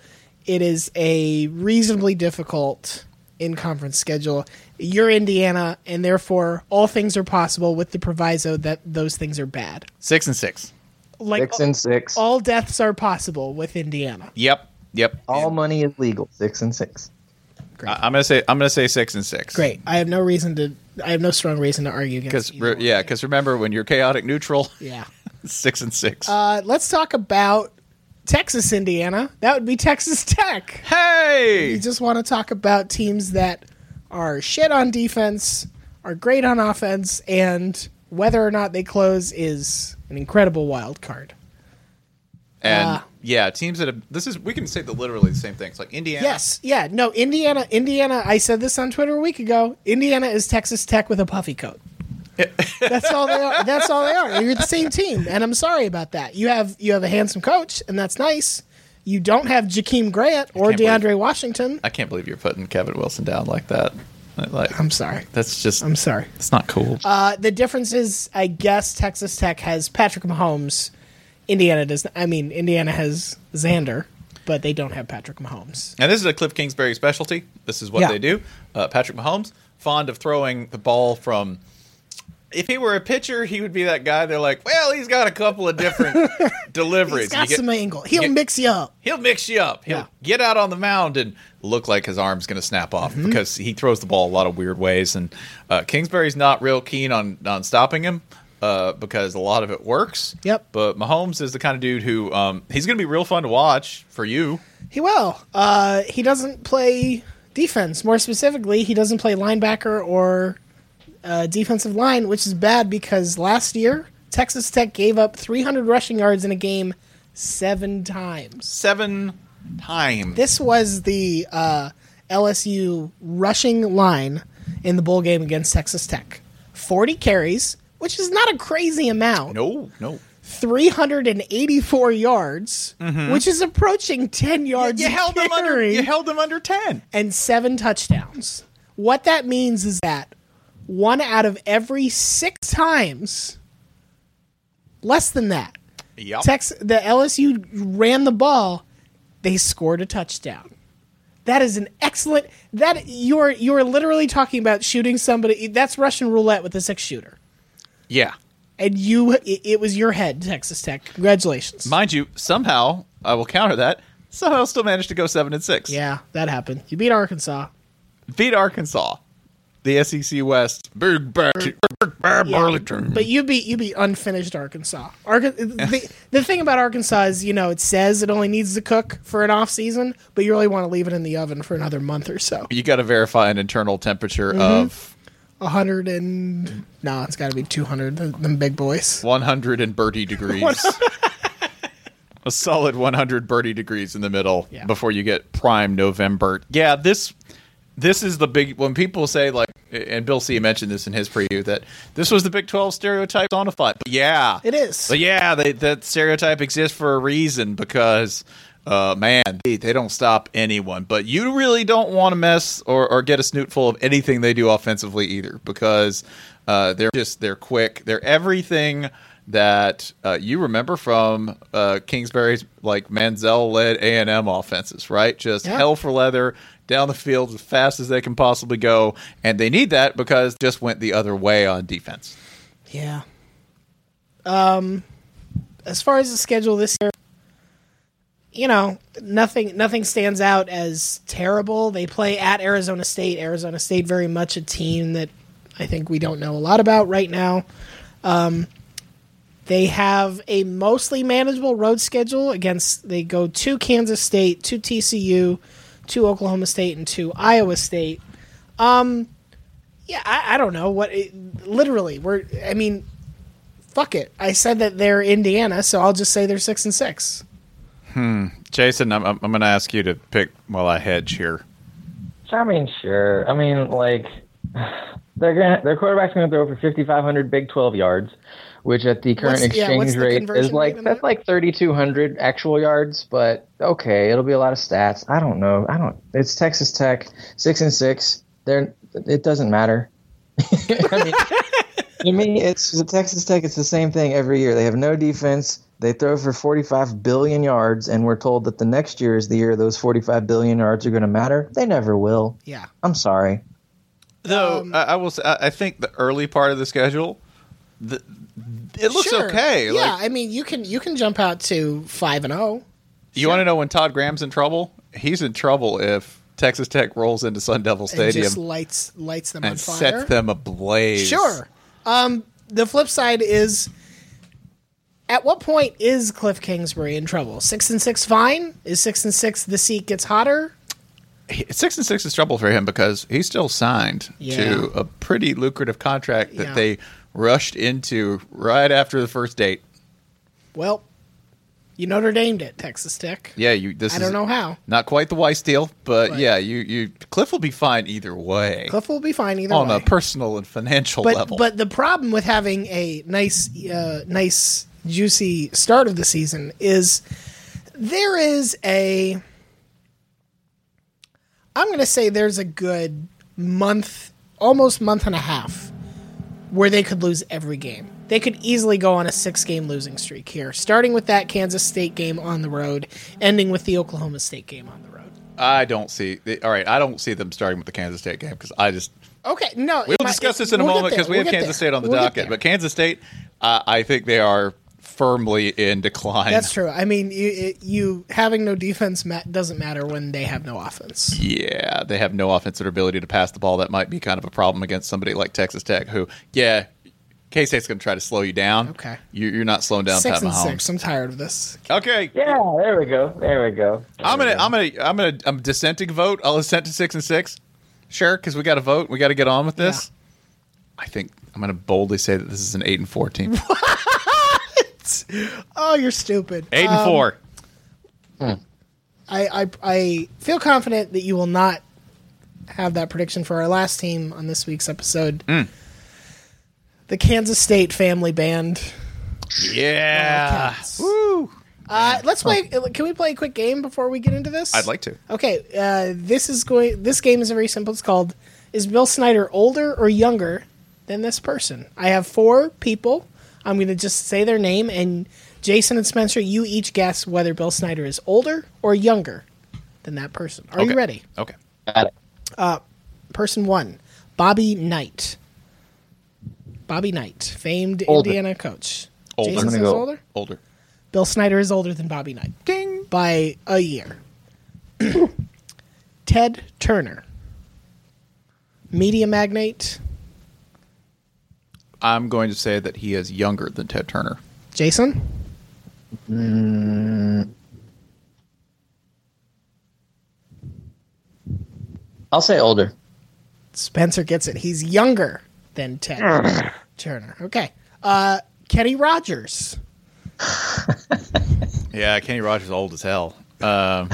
[SPEAKER 2] It is a reasonably difficult in conference schedule. You're Indiana, and therefore all things are possible with the proviso that those things are bad.
[SPEAKER 1] Six and six.
[SPEAKER 2] Like
[SPEAKER 3] Six and six. All,
[SPEAKER 2] all deaths are possible with Indiana.
[SPEAKER 1] Yep. Yep.
[SPEAKER 3] money is legal. Six and six.
[SPEAKER 1] I- I'm gonna say I'm gonna say six and six.
[SPEAKER 2] Great. I have no reason to. I have no strong reason to argue against.
[SPEAKER 1] Because
[SPEAKER 2] either
[SPEAKER 1] re- yeah, because remember when you're chaotic neutral,
[SPEAKER 2] one. yeah.
[SPEAKER 1] six and six.
[SPEAKER 2] Uh, let's talk about Texas, Indiana. That would be Texas Tech.
[SPEAKER 1] hey.
[SPEAKER 2] We just want to talk about teams that are shit on defense, are great on offense, and whether or not they close is an incredible wild card.
[SPEAKER 1] And
[SPEAKER 2] Ah.
[SPEAKER 1] yeah, teams that have this is we can say the literally the same things like Indiana.
[SPEAKER 2] Yes, yeah, no, Indiana, Indiana. I said this on Twitter a week ago. Indiana is Texas Tech with a puffy coat. that's all they are. That's all they are. You're the same team, and I'm sorry about that. You have you have a handsome coach, and that's nice. You don't have Jakeem Grant or
[SPEAKER 1] can't believe-
[SPEAKER 2] DeAndre Washington.
[SPEAKER 1] I can't believe you're putting Kevin Wilson down like that. Like
[SPEAKER 2] I'm sorry.
[SPEAKER 1] that's just
[SPEAKER 2] I'm sorry.
[SPEAKER 1] it's not cool.
[SPEAKER 2] Uh, the difference is, I guess Texas Tech has Patrick Mahomes. Indiana does. I mean, Indiana has Xander, but they don't have Patrick Mahomes.
[SPEAKER 1] and this is a Cliff Kingsbury specialty. This is what
[SPEAKER 2] Yeah.
[SPEAKER 1] they do. Uh, Patrick Mahomes fond of throwing the ball from. If he were a pitcher, he would be that guy. They're like, well, he's got a couple of different deliveries.
[SPEAKER 2] He's
[SPEAKER 1] You
[SPEAKER 2] got
[SPEAKER 1] get-
[SPEAKER 2] some angle. He'll
[SPEAKER 1] get-
[SPEAKER 2] mix you up.
[SPEAKER 1] He'll mix you up. He'll
[SPEAKER 2] Yeah.
[SPEAKER 1] get out on the mound and look like his arm's going to snap off
[SPEAKER 2] Mm-hmm.
[SPEAKER 1] because he throws the ball a lot of weird ways. And uh, Kingsbury's not real keen on on stopping him uh, because a lot of it works.
[SPEAKER 2] Yep.
[SPEAKER 1] But Mahomes is the kind of dude who um, he's going to be real fun to watch for you.
[SPEAKER 2] He will. Uh, he doesn't play defense. More specifically, he doesn't play linebacker or uh, defensive line, which is bad because last year Texas Tech gave up 300 rushing yards in a game seven times.
[SPEAKER 1] Seven times.
[SPEAKER 2] this was the uh, LSU rushing line in the bowl game against Texas Tech. 40 carries, which is not a crazy amount.
[SPEAKER 1] no, no.
[SPEAKER 2] 384 yards, which is approaching 10 yards.
[SPEAKER 1] Mm-hmm. You held them under.
[SPEAKER 2] carry
[SPEAKER 1] You held them under ten.
[SPEAKER 2] and seven touchdowns. What that means is that one out of every six times, less than that,
[SPEAKER 1] Yep.
[SPEAKER 2] Tex the LSU ran the ball, they scored a touchdown. That is an excellent that you're you're literally talking about shooting somebody that's Russian roulette with a six shooter.
[SPEAKER 1] Yeah.
[SPEAKER 2] And you it, it was your head, Texas Tech. Congratulations.
[SPEAKER 1] Mind you, somehow I will counter that. Somehow still managed to go seven and six.
[SPEAKER 2] yeah, that happened. You beat Arkansas.
[SPEAKER 1] Beat Arkansas, the SEC West. Big Bear, Big Bear Burlington.
[SPEAKER 2] But you beat you beat unfinished Arkansas. Arca- the, the thing about Arkansas is, you know, it says it only needs to cook for an off season, but you really want to leave it in the oven for another month or so.
[SPEAKER 1] you got to verify an internal temperature of
[SPEAKER 2] A hundred and no, it's got to be two hundred. Them big boys.
[SPEAKER 1] 100 and birdie degrees. a solid 100 birdie degrees in the middle
[SPEAKER 2] Yeah.
[SPEAKER 1] before you get prime November. Yeah, this this is the big when people say like and Bill C mentioned this in his preview that this was the Big 12 stereotype on a fight. But yeah.
[SPEAKER 2] It is.
[SPEAKER 1] But yeah, they, that stereotype exists for a reason because uh, man, they, they don't stop anyone. But you really don't want to mess or, or get a snootful of anything they do offensively either because uh, they're just they're quick. They're everything that uh, you remember from uh, Kingsbury's like Manziel led A and M offenses, right? Just
[SPEAKER 2] Yeah.
[SPEAKER 1] hell for leather down the field as fast as they can possibly go, and they need that because it just went the other way on defense.
[SPEAKER 2] Yeah. Um, as far as the schedule this year, you know, nothing nothing stands out as terrible. They play at Arizona State. Arizona State very much a team that I think we don't know a lot about right now. Um, they have a mostly manageable road schedule against they go to Kansas State, to TCU, to Oklahoma State and to Iowa State. Yeah, I, I don't know what. It, literally, we're. I mean, fuck it. I said that they're Indiana, so I'll just say they're six and six.
[SPEAKER 1] Jason, I'm, I'm going to ask you to pick while I hedge here.
[SPEAKER 3] I mean, sure. I mean, like they're gonna their quarterback's gonna throw for fifty five hundred Big Twelve yards, which at the current
[SPEAKER 2] What's- yeah, what's
[SPEAKER 3] exchange
[SPEAKER 2] the
[SPEAKER 3] rate
[SPEAKER 2] conversion
[SPEAKER 3] is like
[SPEAKER 2] rate on
[SPEAKER 3] that's
[SPEAKER 2] that?
[SPEAKER 3] like thirty two hundred actual yards. But okay, it'll be a lot of stats. I don't know. I don't. It's Texas Tech six and six. They're it doesn't matter. I mean, to me, it's the Texas Tech. It's the same thing every year. They have no defense. They throw for 45 billion yards, and we're told that the next year is the year those 45 billion yards are going to matter. They never will.
[SPEAKER 2] Yeah,
[SPEAKER 3] I'm sorry.
[SPEAKER 1] Though
[SPEAKER 2] um,
[SPEAKER 1] I, I will, say, I I think the early part of the schedule, the, it looks
[SPEAKER 2] Sure.
[SPEAKER 1] okay.
[SPEAKER 2] Yeah,
[SPEAKER 1] Like,
[SPEAKER 2] I mean, you can you can jump out to five and oh zero.
[SPEAKER 1] you want to know when Todd Graham's in trouble? He's in trouble if Texas Tech rolls into Sun Devil
[SPEAKER 2] and
[SPEAKER 1] Stadium
[SPEAKER 2] just lights lights them
[SPEAKER 1] and,
[SPEAKER 2] on fire.
[SPEAKER 1] sets them ablaze.
[SPEAKER 2] Sure. Um, the flip side is, at what point is Cliff Kingsbury in trouble? Six and six, fine. Is six and six the seat gets hotter?
[SPEAKER 1] He- six and six is trouble for him because he's still signed
[SPEAKER 2] Yeah.
[SPEAKER 1] to a pretty lucrative contract that
[SPEAKER 2] Yeah.
[SPEAKER 1] they rushed into right after the first date.
[SPEAKER 2] Well, you Notre Dame it, Texas Tech.
[SPEAKER 1] Yeah, you. This
[SPEAKER 2] I
[SPEAKER 1] is
[SPEAKER 2] don't know how.
[SPEAKER 1] Not quite the Weiss deal, but
[SPEAKER 2] Right.
[SPEAKER 1] yeah, you, you Cliff will be fine either way
[SPEAKER 2] Cliff will be fine either
[SPEAKER 1] on
[SPEAKER 2] way.
[SPEAKER 1] a personal and financial
[SPEAKER 2] but
[SPEAKER 1] level.
[SPEAKER 2] but the problem with having a nice uh, nice juicy start of the season is there is a I'm going to say there's a good month almost month and a half where they could lose every game. They could easily go on a six game losing streak here, starting with that Kansas State game on the road, ending with the Oklahoma State game on the road.
[SPEAKER 1] I don't see. All right, I don't see them starting with the Kansas State game because I just
[SPEAKER 2] Okay, no.
[SPEAKER 1] we'll
[SPEAKER 2] it might-
[SPEAKER 1] discuss this in a
[SPEAKER 2] we'll get
[SPEAKER 1] moment
[SPEAKER 2] there,
[SPEAKER 1] because we
[SPEAKER 2] we'll
[SPEAKER 1] have
[SPEAKER 2] get
[SPEAKER 1] Kansas
[SPEAKER 2] there,
[SPEAKER 1] State on the
[SPEAKER 2] we'll get
[SPEAKER 1] docket.
[SPEAKER 2] there.
[SPEAKER 1] But Kansas State, uh, I think they are firmly in decline.
[SPEAKER 2] That's true. I mean, you it, you having no defense ma- doesn't matter when they have no offense.
[SPEAKER 1] Yeah, they have no offensive ability to pass the ball. That might be kind of a problem against somebody like Texas Tech, who, yeah, K State's going to try to slow you down.
[SPEAKER 2] Okay.
[SPEAKER 1] You, you're not slowing down
[SPEAKER 2] Six
[SPEAKER 1] Pat
[SPEAKER 2] and
[SPEAKER 1] Mahomes.
[SPEAKER 2] six. I'm tired of this.
[SPEAKER 1] Okay,
[SPEAKER 3] Yeah, there we go. There we go.
[SPEAKER 1] I'm gonna, I'm gonna, I'm gonna, I'm dissenting vote. I'll assent to six and six, sure, because we got to vote. We got to get on with this. I think I'm gonna boldly say that this is an eight and four team.
[SPEAKER 2] Oh, you're stupid.
[SPEAKER 1] eight and four.
[SPEAKER 2] I, I I feel confident that you will not have that prediction for our last team on this week's episode. The Kansas State Family Band.
[SPEAKER 1] Yeah.
[SPEAKER 2] counts.
[SPEAKER 1] Woo.
[SPEAKER 2] Uh, let's play. Can we play a quick game before we get into this?
[SPEAKER 1] I'd like to.
[SPEAKER 2] Okay, uh, this is going. This game is very simple. It's called "Is Bill Snyder older or younger than this person?" I have four people. I'm going to just say their name, and Jason and Spencer, you each guess whether Bill Snyder is older or younger than that person. Are
[SPEAKER 1] Okay.
[SPEAKER 2] you ready?
[SPEAKER 1] Okay.
[SPEAKER 4] Got it.
[SPEAKER 2] Person one, Bobby Knight. Bobby Knight, famed
[SPEAKER 4] Older.
[SPEAKER 2] Indiana coach.
[SPEAKER 1] Older. I'm
[SPEAKER 2] Jason
[SPEAKER 1] gonna
[SPEAKER 2] says
[SPEAKER 4] go-
[SPEAKER 2] older.
[SPEAKER 1] Older.
[SPEAKER 2] Bill Snyder is older than Bobby Knight.
[SPEAKER 1] Ding.
[SPEAKER 2] by a year. Ted Turner, media magnate.
[SPEAKER 1] I'm going to say that he is younger than Ted Turner.
[SPEAKER 2] Jason,
[SPEAKER 4] I'll say older.
[SPEAKER 2] Spencer gets it. He's younger than Ted Turner. Okay. Uh, Kenny Rogers,
[SPEAKER 1] Yeah, Kenny Rogers old as hell. Um,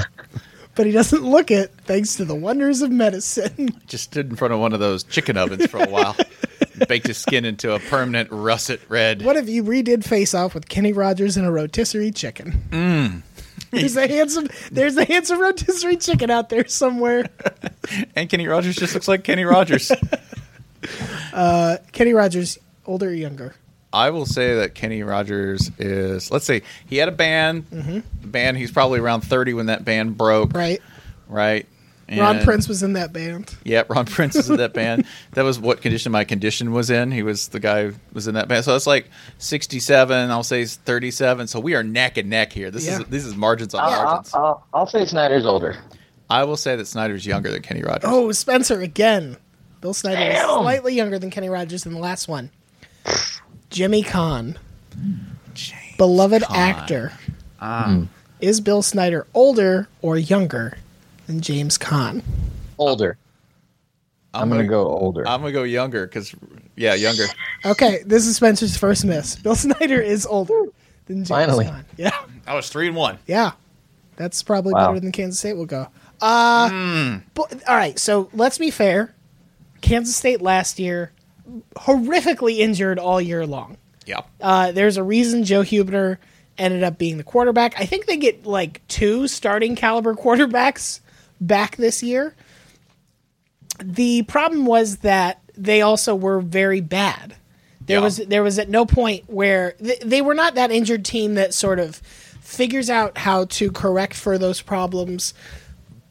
[SPEAKER 2] but he doesn't look it thanks to the wonders of medicine.
[SPEAKER 1] just stood in front of one of those chicken ovens for a while, baked his skin into a permanent russet red.
[SPEAKER 2] What if you redid Face Off with Kenny Rogers and a rotisserie chicken? There's a handsome, there's a handsome rotisserie chicken out there somewhere.
[SPEAKER 1] And Kenny Rogers just looks like Kenny Rogers.
[SPEAKER 2] Kenny Rogers, older or younger?
[SPEAKER 1] I will say that Kenny Rogers is. Let's see. He had a band. The band. He's probably around thirty when that band broke.
[SPEAKER 2] Mm-hmm. Right.
[SPEAKER 1] Right. And,
[SPEAKER 2] Ron Prince was in that band.
[SPEAKER 1] Yeah, Ron Prince was in that band. That was what condition my condition was in. He was the guy who was in that band. So that's like sixty-seven. I'll say he's thirty-seven. So we are neck and neck here. This
[SPEAKER 2] Yeah.
[SPEAKER 1] is this is margins on
[SPEAKER 4] I'll,
[SPEAKER 1] margins.
[SPEAKER 4] I'll, I'll say Snyder's older.
[SPEAKER 1] I will say that Snyder's younger than Kenny Rogers.
[SPEAKER 2] Oh, Spencer again. Bill Snyder is slightly younger than Kenny Rogers in the last one. Jimmy Kahn,
[SPEAKER 1] James
[SPEAKER 2] beloved
[SPEAKER 1] Caan.
[SPEAKER 2] actor. Hmm. Is Bill Snyder older or younger than James Kahn?
[SPEAKER 4] Older.
[SPEAKER 1] I'm,
[SPEAKER 4] I'm gonna go
[SPEAKER 3] Uh,
[SPEAKER 4] older.
[SPEAKER 1] I'm gonna go younger because yeah, younger.
[SPEAKER 2] Okay, this is Spencer's first miss. Bill Snyder is older than James
[SPEAKER 4] Finally.
[SPEAKER 2] Caan. Yeah.
[SPEAKER 1] I was three and one.
[SPEAKER 2] Yeah. That's probably
[SPEAKER 4] Wow.
[SPEAKER 2] better than Kansas State will go. Uh, but, all right. So let's be fair. Kansas State last year, horrifically injured all year long.
[SPEAKER 1] Yeah.
[SPEAKER 2] Uh, there's a reason Joe Huebner ended up being the quarterback. I think they get like two starting caliber quarterbacks back this year. The problem was that they also were very bad. There
[SPEAKER 1] Yeah.
[SPEAKER 2] was there was at no point where th- they were not that injured team that sort of figures out how to correct for those problems,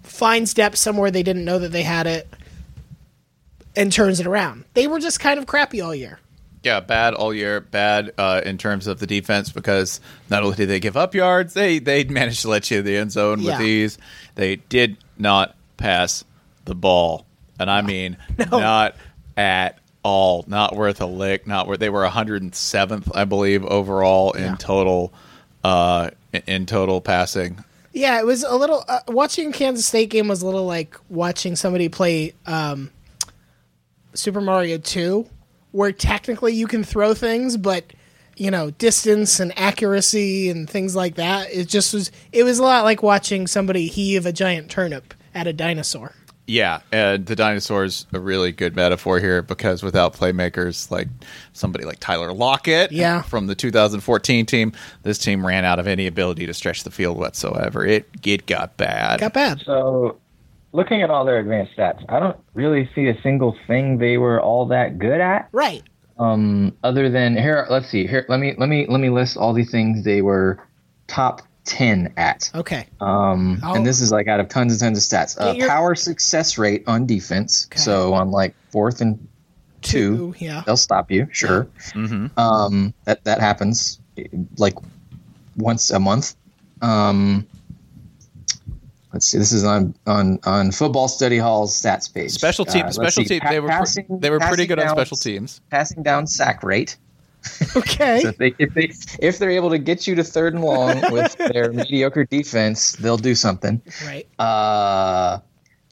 [SPEAKER 2] finds depth somewhere they didn't know that they had it, and turns it around. They were just kind of crappy all year.
[SPEAKER 1] Yeah, bad all year. Bad uh, in terms of the defense because not only did they give up yards, they they managed to let you in the end zone
[SPEAKER 2] Yeah.
[SPEAKER 1] with these. They did not pass the ball, and I mean not at all. Not worth a lick. Not worth. They were 107th, I believe, overall in
[SPEAKER 2] Yeah.
[SPEAKER 1] total uh, in- in total passing.
[SPEAKER 2] Yeah, it was a little. Uh, watching Kansas State game was a little like watching somebody play um, Super Mario Two, where technically you can throw things, but you know distance and accuracy and things like that. It just was. It was a lot like watching somebody heave a giant turnip at a dinosaur.
[SPEAKER 1] Yeah, and the dinosaurs a really good metaphor here because without playmakers like somebody like Tyler Lockett
[SPEAKER 2] Yeah.
[SPEAKER 1] from the 2014 team, this team ran out of any ability to stretch the field whatsoever. It it got bad.
[SPEAKER 2] Got bad.
[SPEAKER 3] So, looking at all their advanced stats, I don't really see a single thing they were all that good at.
[SPEAKER 2] Right.
[SPEAKER 3] Um,
[SPEAKER 4] Other than here, let's see. Here, let me let me let me list all the things they were top ten at.
[SPEAKER 2] Okay.
[SPEAKER 4] Um,
[SPEAKER 2] Oh.
[SPEAKER 4] and this is like out of tons and tons of stats. Uh,
[SPEAKER 2] Get your-
[SPEAKER 4] power success rate on defense. So on like fourth and two,
[SPEAKER 2] Two, yeah.
[SPEAKER 4] they'll stop you. Sure. Um, that that happens eh, like once a month. Um, let's see. This is on on on football study hall's stats page.
[SPEAKER 1] Special team,
[SPEAKER 4] Uh, let's
[SPEAKER 1] special
[SPEAKER 4] see,
[SPEAKER 1] team.
[SPEAKER 4] pa-
[SPEAKER 1] They were pr-
[SPEAKER 4] passing-
[SPEAKER 1] they were pretty
[SPEAKER 4] passing
[SPEAKER 1] good on
[SPEAKER 4] downs-
[SPEAKER 1] special teams.
[SPEAKER 4] Passing down sack rate.
[SPEAKER 2] Okay.
[SPEAKER 4] So if they if they if they're able to get you to third and long with their mediocre defense, they'll do something.
[SPEAKER 2] right.
[SPEAKER 4] Uh,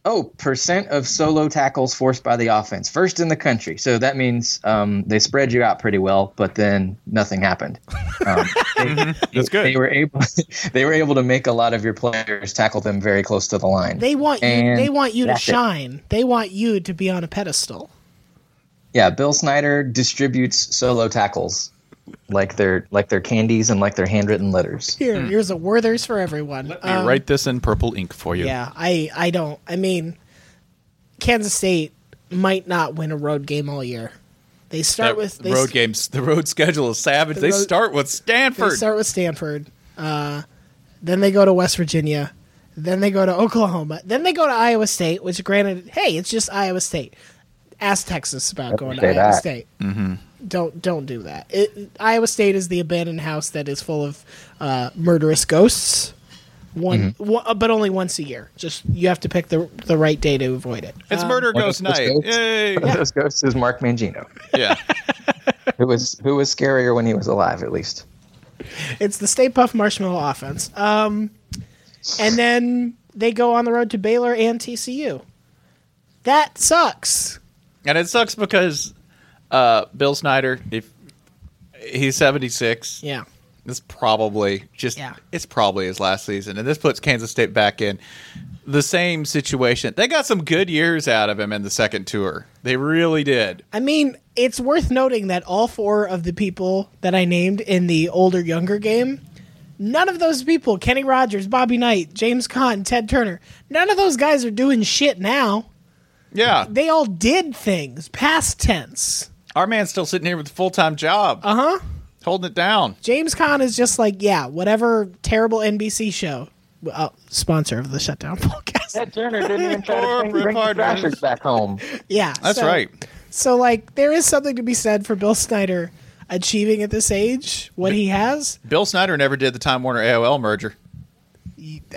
[SPEAKER 4] oh, percent of solo tackles forced by the offense, first in the country. So that means um, they spread you out pretty well, but then nothing happened. Um, they,
[SPEAKER 1] That's good.
[SPEAKER 4] They were able. they were able to make a lot of your players tackle them very close to the line.
[SPEAKER 2] They want you.
[SPEAKER 4] And
[SPEAKER 2] They want you to
[SPEAKER 4] that's it.
[SPEAKER 2] shine. They want you to be on a pedestal.
[SPEAKER 4] yeah, Bill Snyder distributes solo tackles
[SPEAKER 3] like their like their candies and like their handwritten letters.
[SPEAKER 2] Here,
[SPEAKER 4] Hmm.
[SPEAKER 2] here's a Werther's for everyone.
[SPEAKER 1] Let me
[SPEAKER 2] Um,
[SPEAKER 1] write this in purple ink for you.
[SPEAKER 2] Yeah, I I don't. I mean, Kansas State might not win a road game all year. They start
[SPEAKER 1] That
[SPEAKER 2] with they
[SPEAKER 1] road
[SPEAKER 2] s-
[SPEAKER 1] games. The road schedule is savage. they
[SPEAKER 2] road-
[SPEAKER 1] start with
[SPEAKER 2] They
[SPEAKER 1] Stanford.
[SPEAKER 2] start with Stanford. Uh, then they go to West Virginia. Then they go to Oklahoma. Then they go to Iowa State, which, granted, hey, it's just Iowa State. Ask Texas about going to
[SPEAKER 3] say
[SPEAKER 2] Iowa
[SPEAKER 3] that.
[SPEAKER 2] State. Mm-hmm. Don't don't do that. It, Iowa State is the abandoned house that is full of uh, murderous ghosts. One, one- uh, but only once a year. Just you have to pick the the right day to avoid it.
[SPEAKER 1] it's Murder Ghost
[SPEAKER 3] those
[SPEAKER 1] Night.
[SPEAKER 3] ghosts?
[SPEAKER 1] Yay!
[SPEAKER 3] One of those ghosts is Mark Mangino,
[SPEAKER 1] yeah.
[SPEAKER 3] who was who was scarier when he was alive, at least.
[SPEAKER 2] It's the Stay Puff Marshmallow offense. Um, and then they go on the road to Baylor and TCU. That sucks.
[SPEAKER 1] And it sucks because uh, Bill Snyder, if he's seventy six,
[SPEAKER 2] Yeah.
[SPEAKER 1] this probably just
[SPEAKER 2] Yeah.
[SPEAKER 1] it's probably his last season, and this puts Kansas State back in the same situation. They got some good years out of him in the second tour. They really did.
[SPEAKER 2] I mean, it's worth noting that all four of the people that I named in the older younger game, none of those people, Kenny Rogers, Bobby Knight, James Conn, Ted Turner, none of those guys are doing shit now.
[SPEAKER 1] Yeah,
[SPEAKER 2] They all did things, past tense.
[SPEAKER 1] our man's still sitting here with a full time job. Uh
[SPEAKER 2] Uh-huh.
[SPEAKER 1] huh. Holding it down.
[SPEAKER 2] James Conn is just like, yeah, whatever terrible NBC show, uh, sponsor of the shutdown podcast.
[SPEAKER 5] Ted Turner didn't even try to bring,
[SPEAKER 1] Corporate
[SPEAKER 5] bring the
[SPEAKER 1] partners.
[SPEAKER 5] Thrashers back home.
[SPEAKER 2] Yeah,
[SPEAKER 1] That's
[SPEAKER 2] so-
[SPEAKER 1] right.
[SPEAKER 2] So, like, there is something to be said for Bill Snyder achieving at this age what he has.
[SPEAKER 1] Bill Snyder never did the Time Warner AOL merger.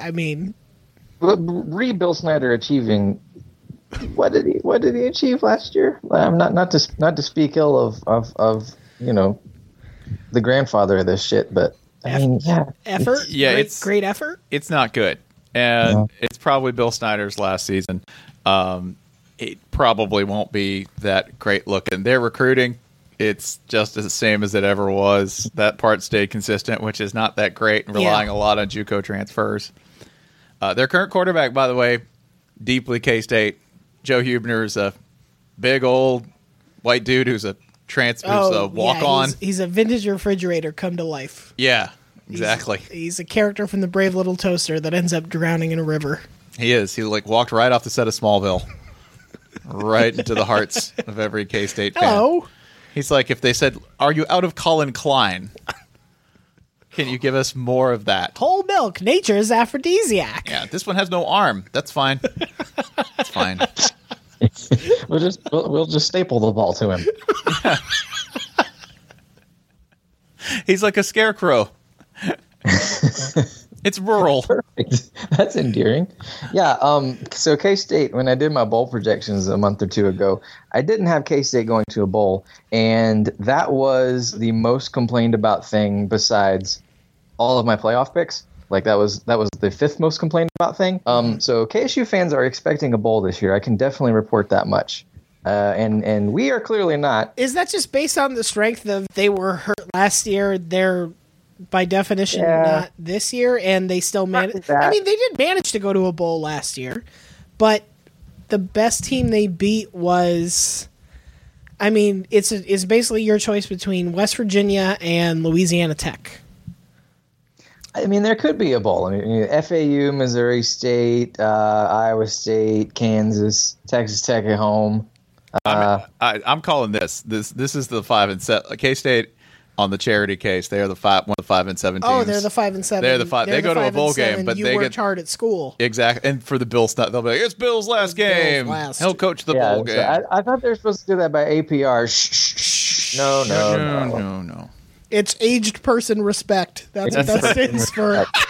[SPEAKER 2] I mean,
[SPEAKER 3] But re Bill Snyder achieving what did he what did he achieve last year?
[SPEAKER 4] I'm not not to not to speak ill of of of you know the grandfather of this shit, but I mean, yeah,
[SPEAKER 2] effort.
[SPEAKER 1] Yeah,
[SPEAKER 2] great,
[SPEAKER 1] it's-
[SPEAKER 2] great effort.
[SPEAKER 1] It's not good, and it's probably Bill Snyder's last season. Um, it probably won't be that great looking. Their recruiting, it's just the same as it ever was. That part stayed consistent, which is not that great, and
[SPEAKER 2] Yeah.
[SPEAKER 1] relying a lot on JUCO transfers. Uh, their current quarterback, by the way, deeply K State. Joe Hubner is a big old white dude who's a trans, who's a
[SPEAKER 2] Oh,
[SPEAKER 1] walk
[SPEAKER 2] yeah,
[SPEAKER 1] on.
[SPEAKER 2] He's, he's a vintage refrigerator come to life.
[SPEAKER 1] Yeah, exactly.
[SPEAKER 2] He's a character from the Brave Little Toaster that ends up drowning in a river.
[SPEAKER 1] He is. He like walked right off the set of Smallville, right into the hearts of every K State fan.
[SPEAKER 2] Hello.
[SPEAKER 1] He's like, if they said, "Are you out of Colin Klein?" Can you give us more of that?
[SPEAKER 2] Whole milk, nature's aphrodisiac.
[SPEAKER 1] Yeah, this one has no arm. That's fine. That's fine.
[SPEAKER 4] we'll just we'll, we'll just staple the ball to him.
[SPEAKER 1] He's like a scarecrow. it's rural.
[SPEAKER 4] That's endearing.
[SPEAKER 3] Yeah, um so K State, when I did my bowl projections a month or two ago, I didn't have K State going to a bowl, and that was the most complained about thing besides all of my playoff picks. Like that was that was the fifth most complained about thing.
[SPEAKER 1] Mm-hmm.
[SPEAKER 3] Um, so KSU fans are expecting a bowl this year. I can definitely report that much, uh, and and we are clearly not.
[SPEAKER 2] Is that just based on the strength of they were hurt last year? They're by definition
[SPEAKER 3] Yeah.
[SPEAKER 2] not this year, and they still managed.
[SPEAKER 3] that.
[SPEAKER 2] I mean, they did manage to go to a bowl last year, but the best team they beat was. I mean, it's it's basically your choice between West Virginia and Louisiana Tech.
[SPEAKER 3] I mean, there could be a bowl. I mean, you know, FAU, Missouri State, uh, Iowa State, Kansas, Texas Tech at home.
[SPEAKER 1] I, I'm calling this. This this is the five and seven. K State on the charity case. They are the five. One of the five and seven.
[SPEAKER 2] Oh,
[SPEAKER 1] teams.
[SPEAKER 2] they're the five and seven.
[SPEAKER 1] They're the five- they go to a
[SPEAKER 2] five and
[SPEAKER 1] bowl game,
[SPEAKER 2] seven.
[SPEAKER 1] but
[SPEAKER 2] you
[SPEAKER 1] they
[SPEAKER 2] worked
[SPEAKER 1] get-
[SPEAKER 2] hard at school.
[SPEAKER 1] Exactly. And for the Bill Snyder, they'll be like, it's Bill's last
[SPEAKER 2] Bill's
[SPEAKER 1] game.
[SPEAKER 2] last.
[SPEAKER 1] He'll coach the bowl
[SPEAKER 3] so
[SPEAKER 1] game.
[SPEAKER 3] I, I thought they were supposed to do that by APR. Shh, shh, shh. No, no, no.
[SPEAKER 1] Oh, no, no.
[SPEAKER 2] It's aged person respect. That's what that stands for.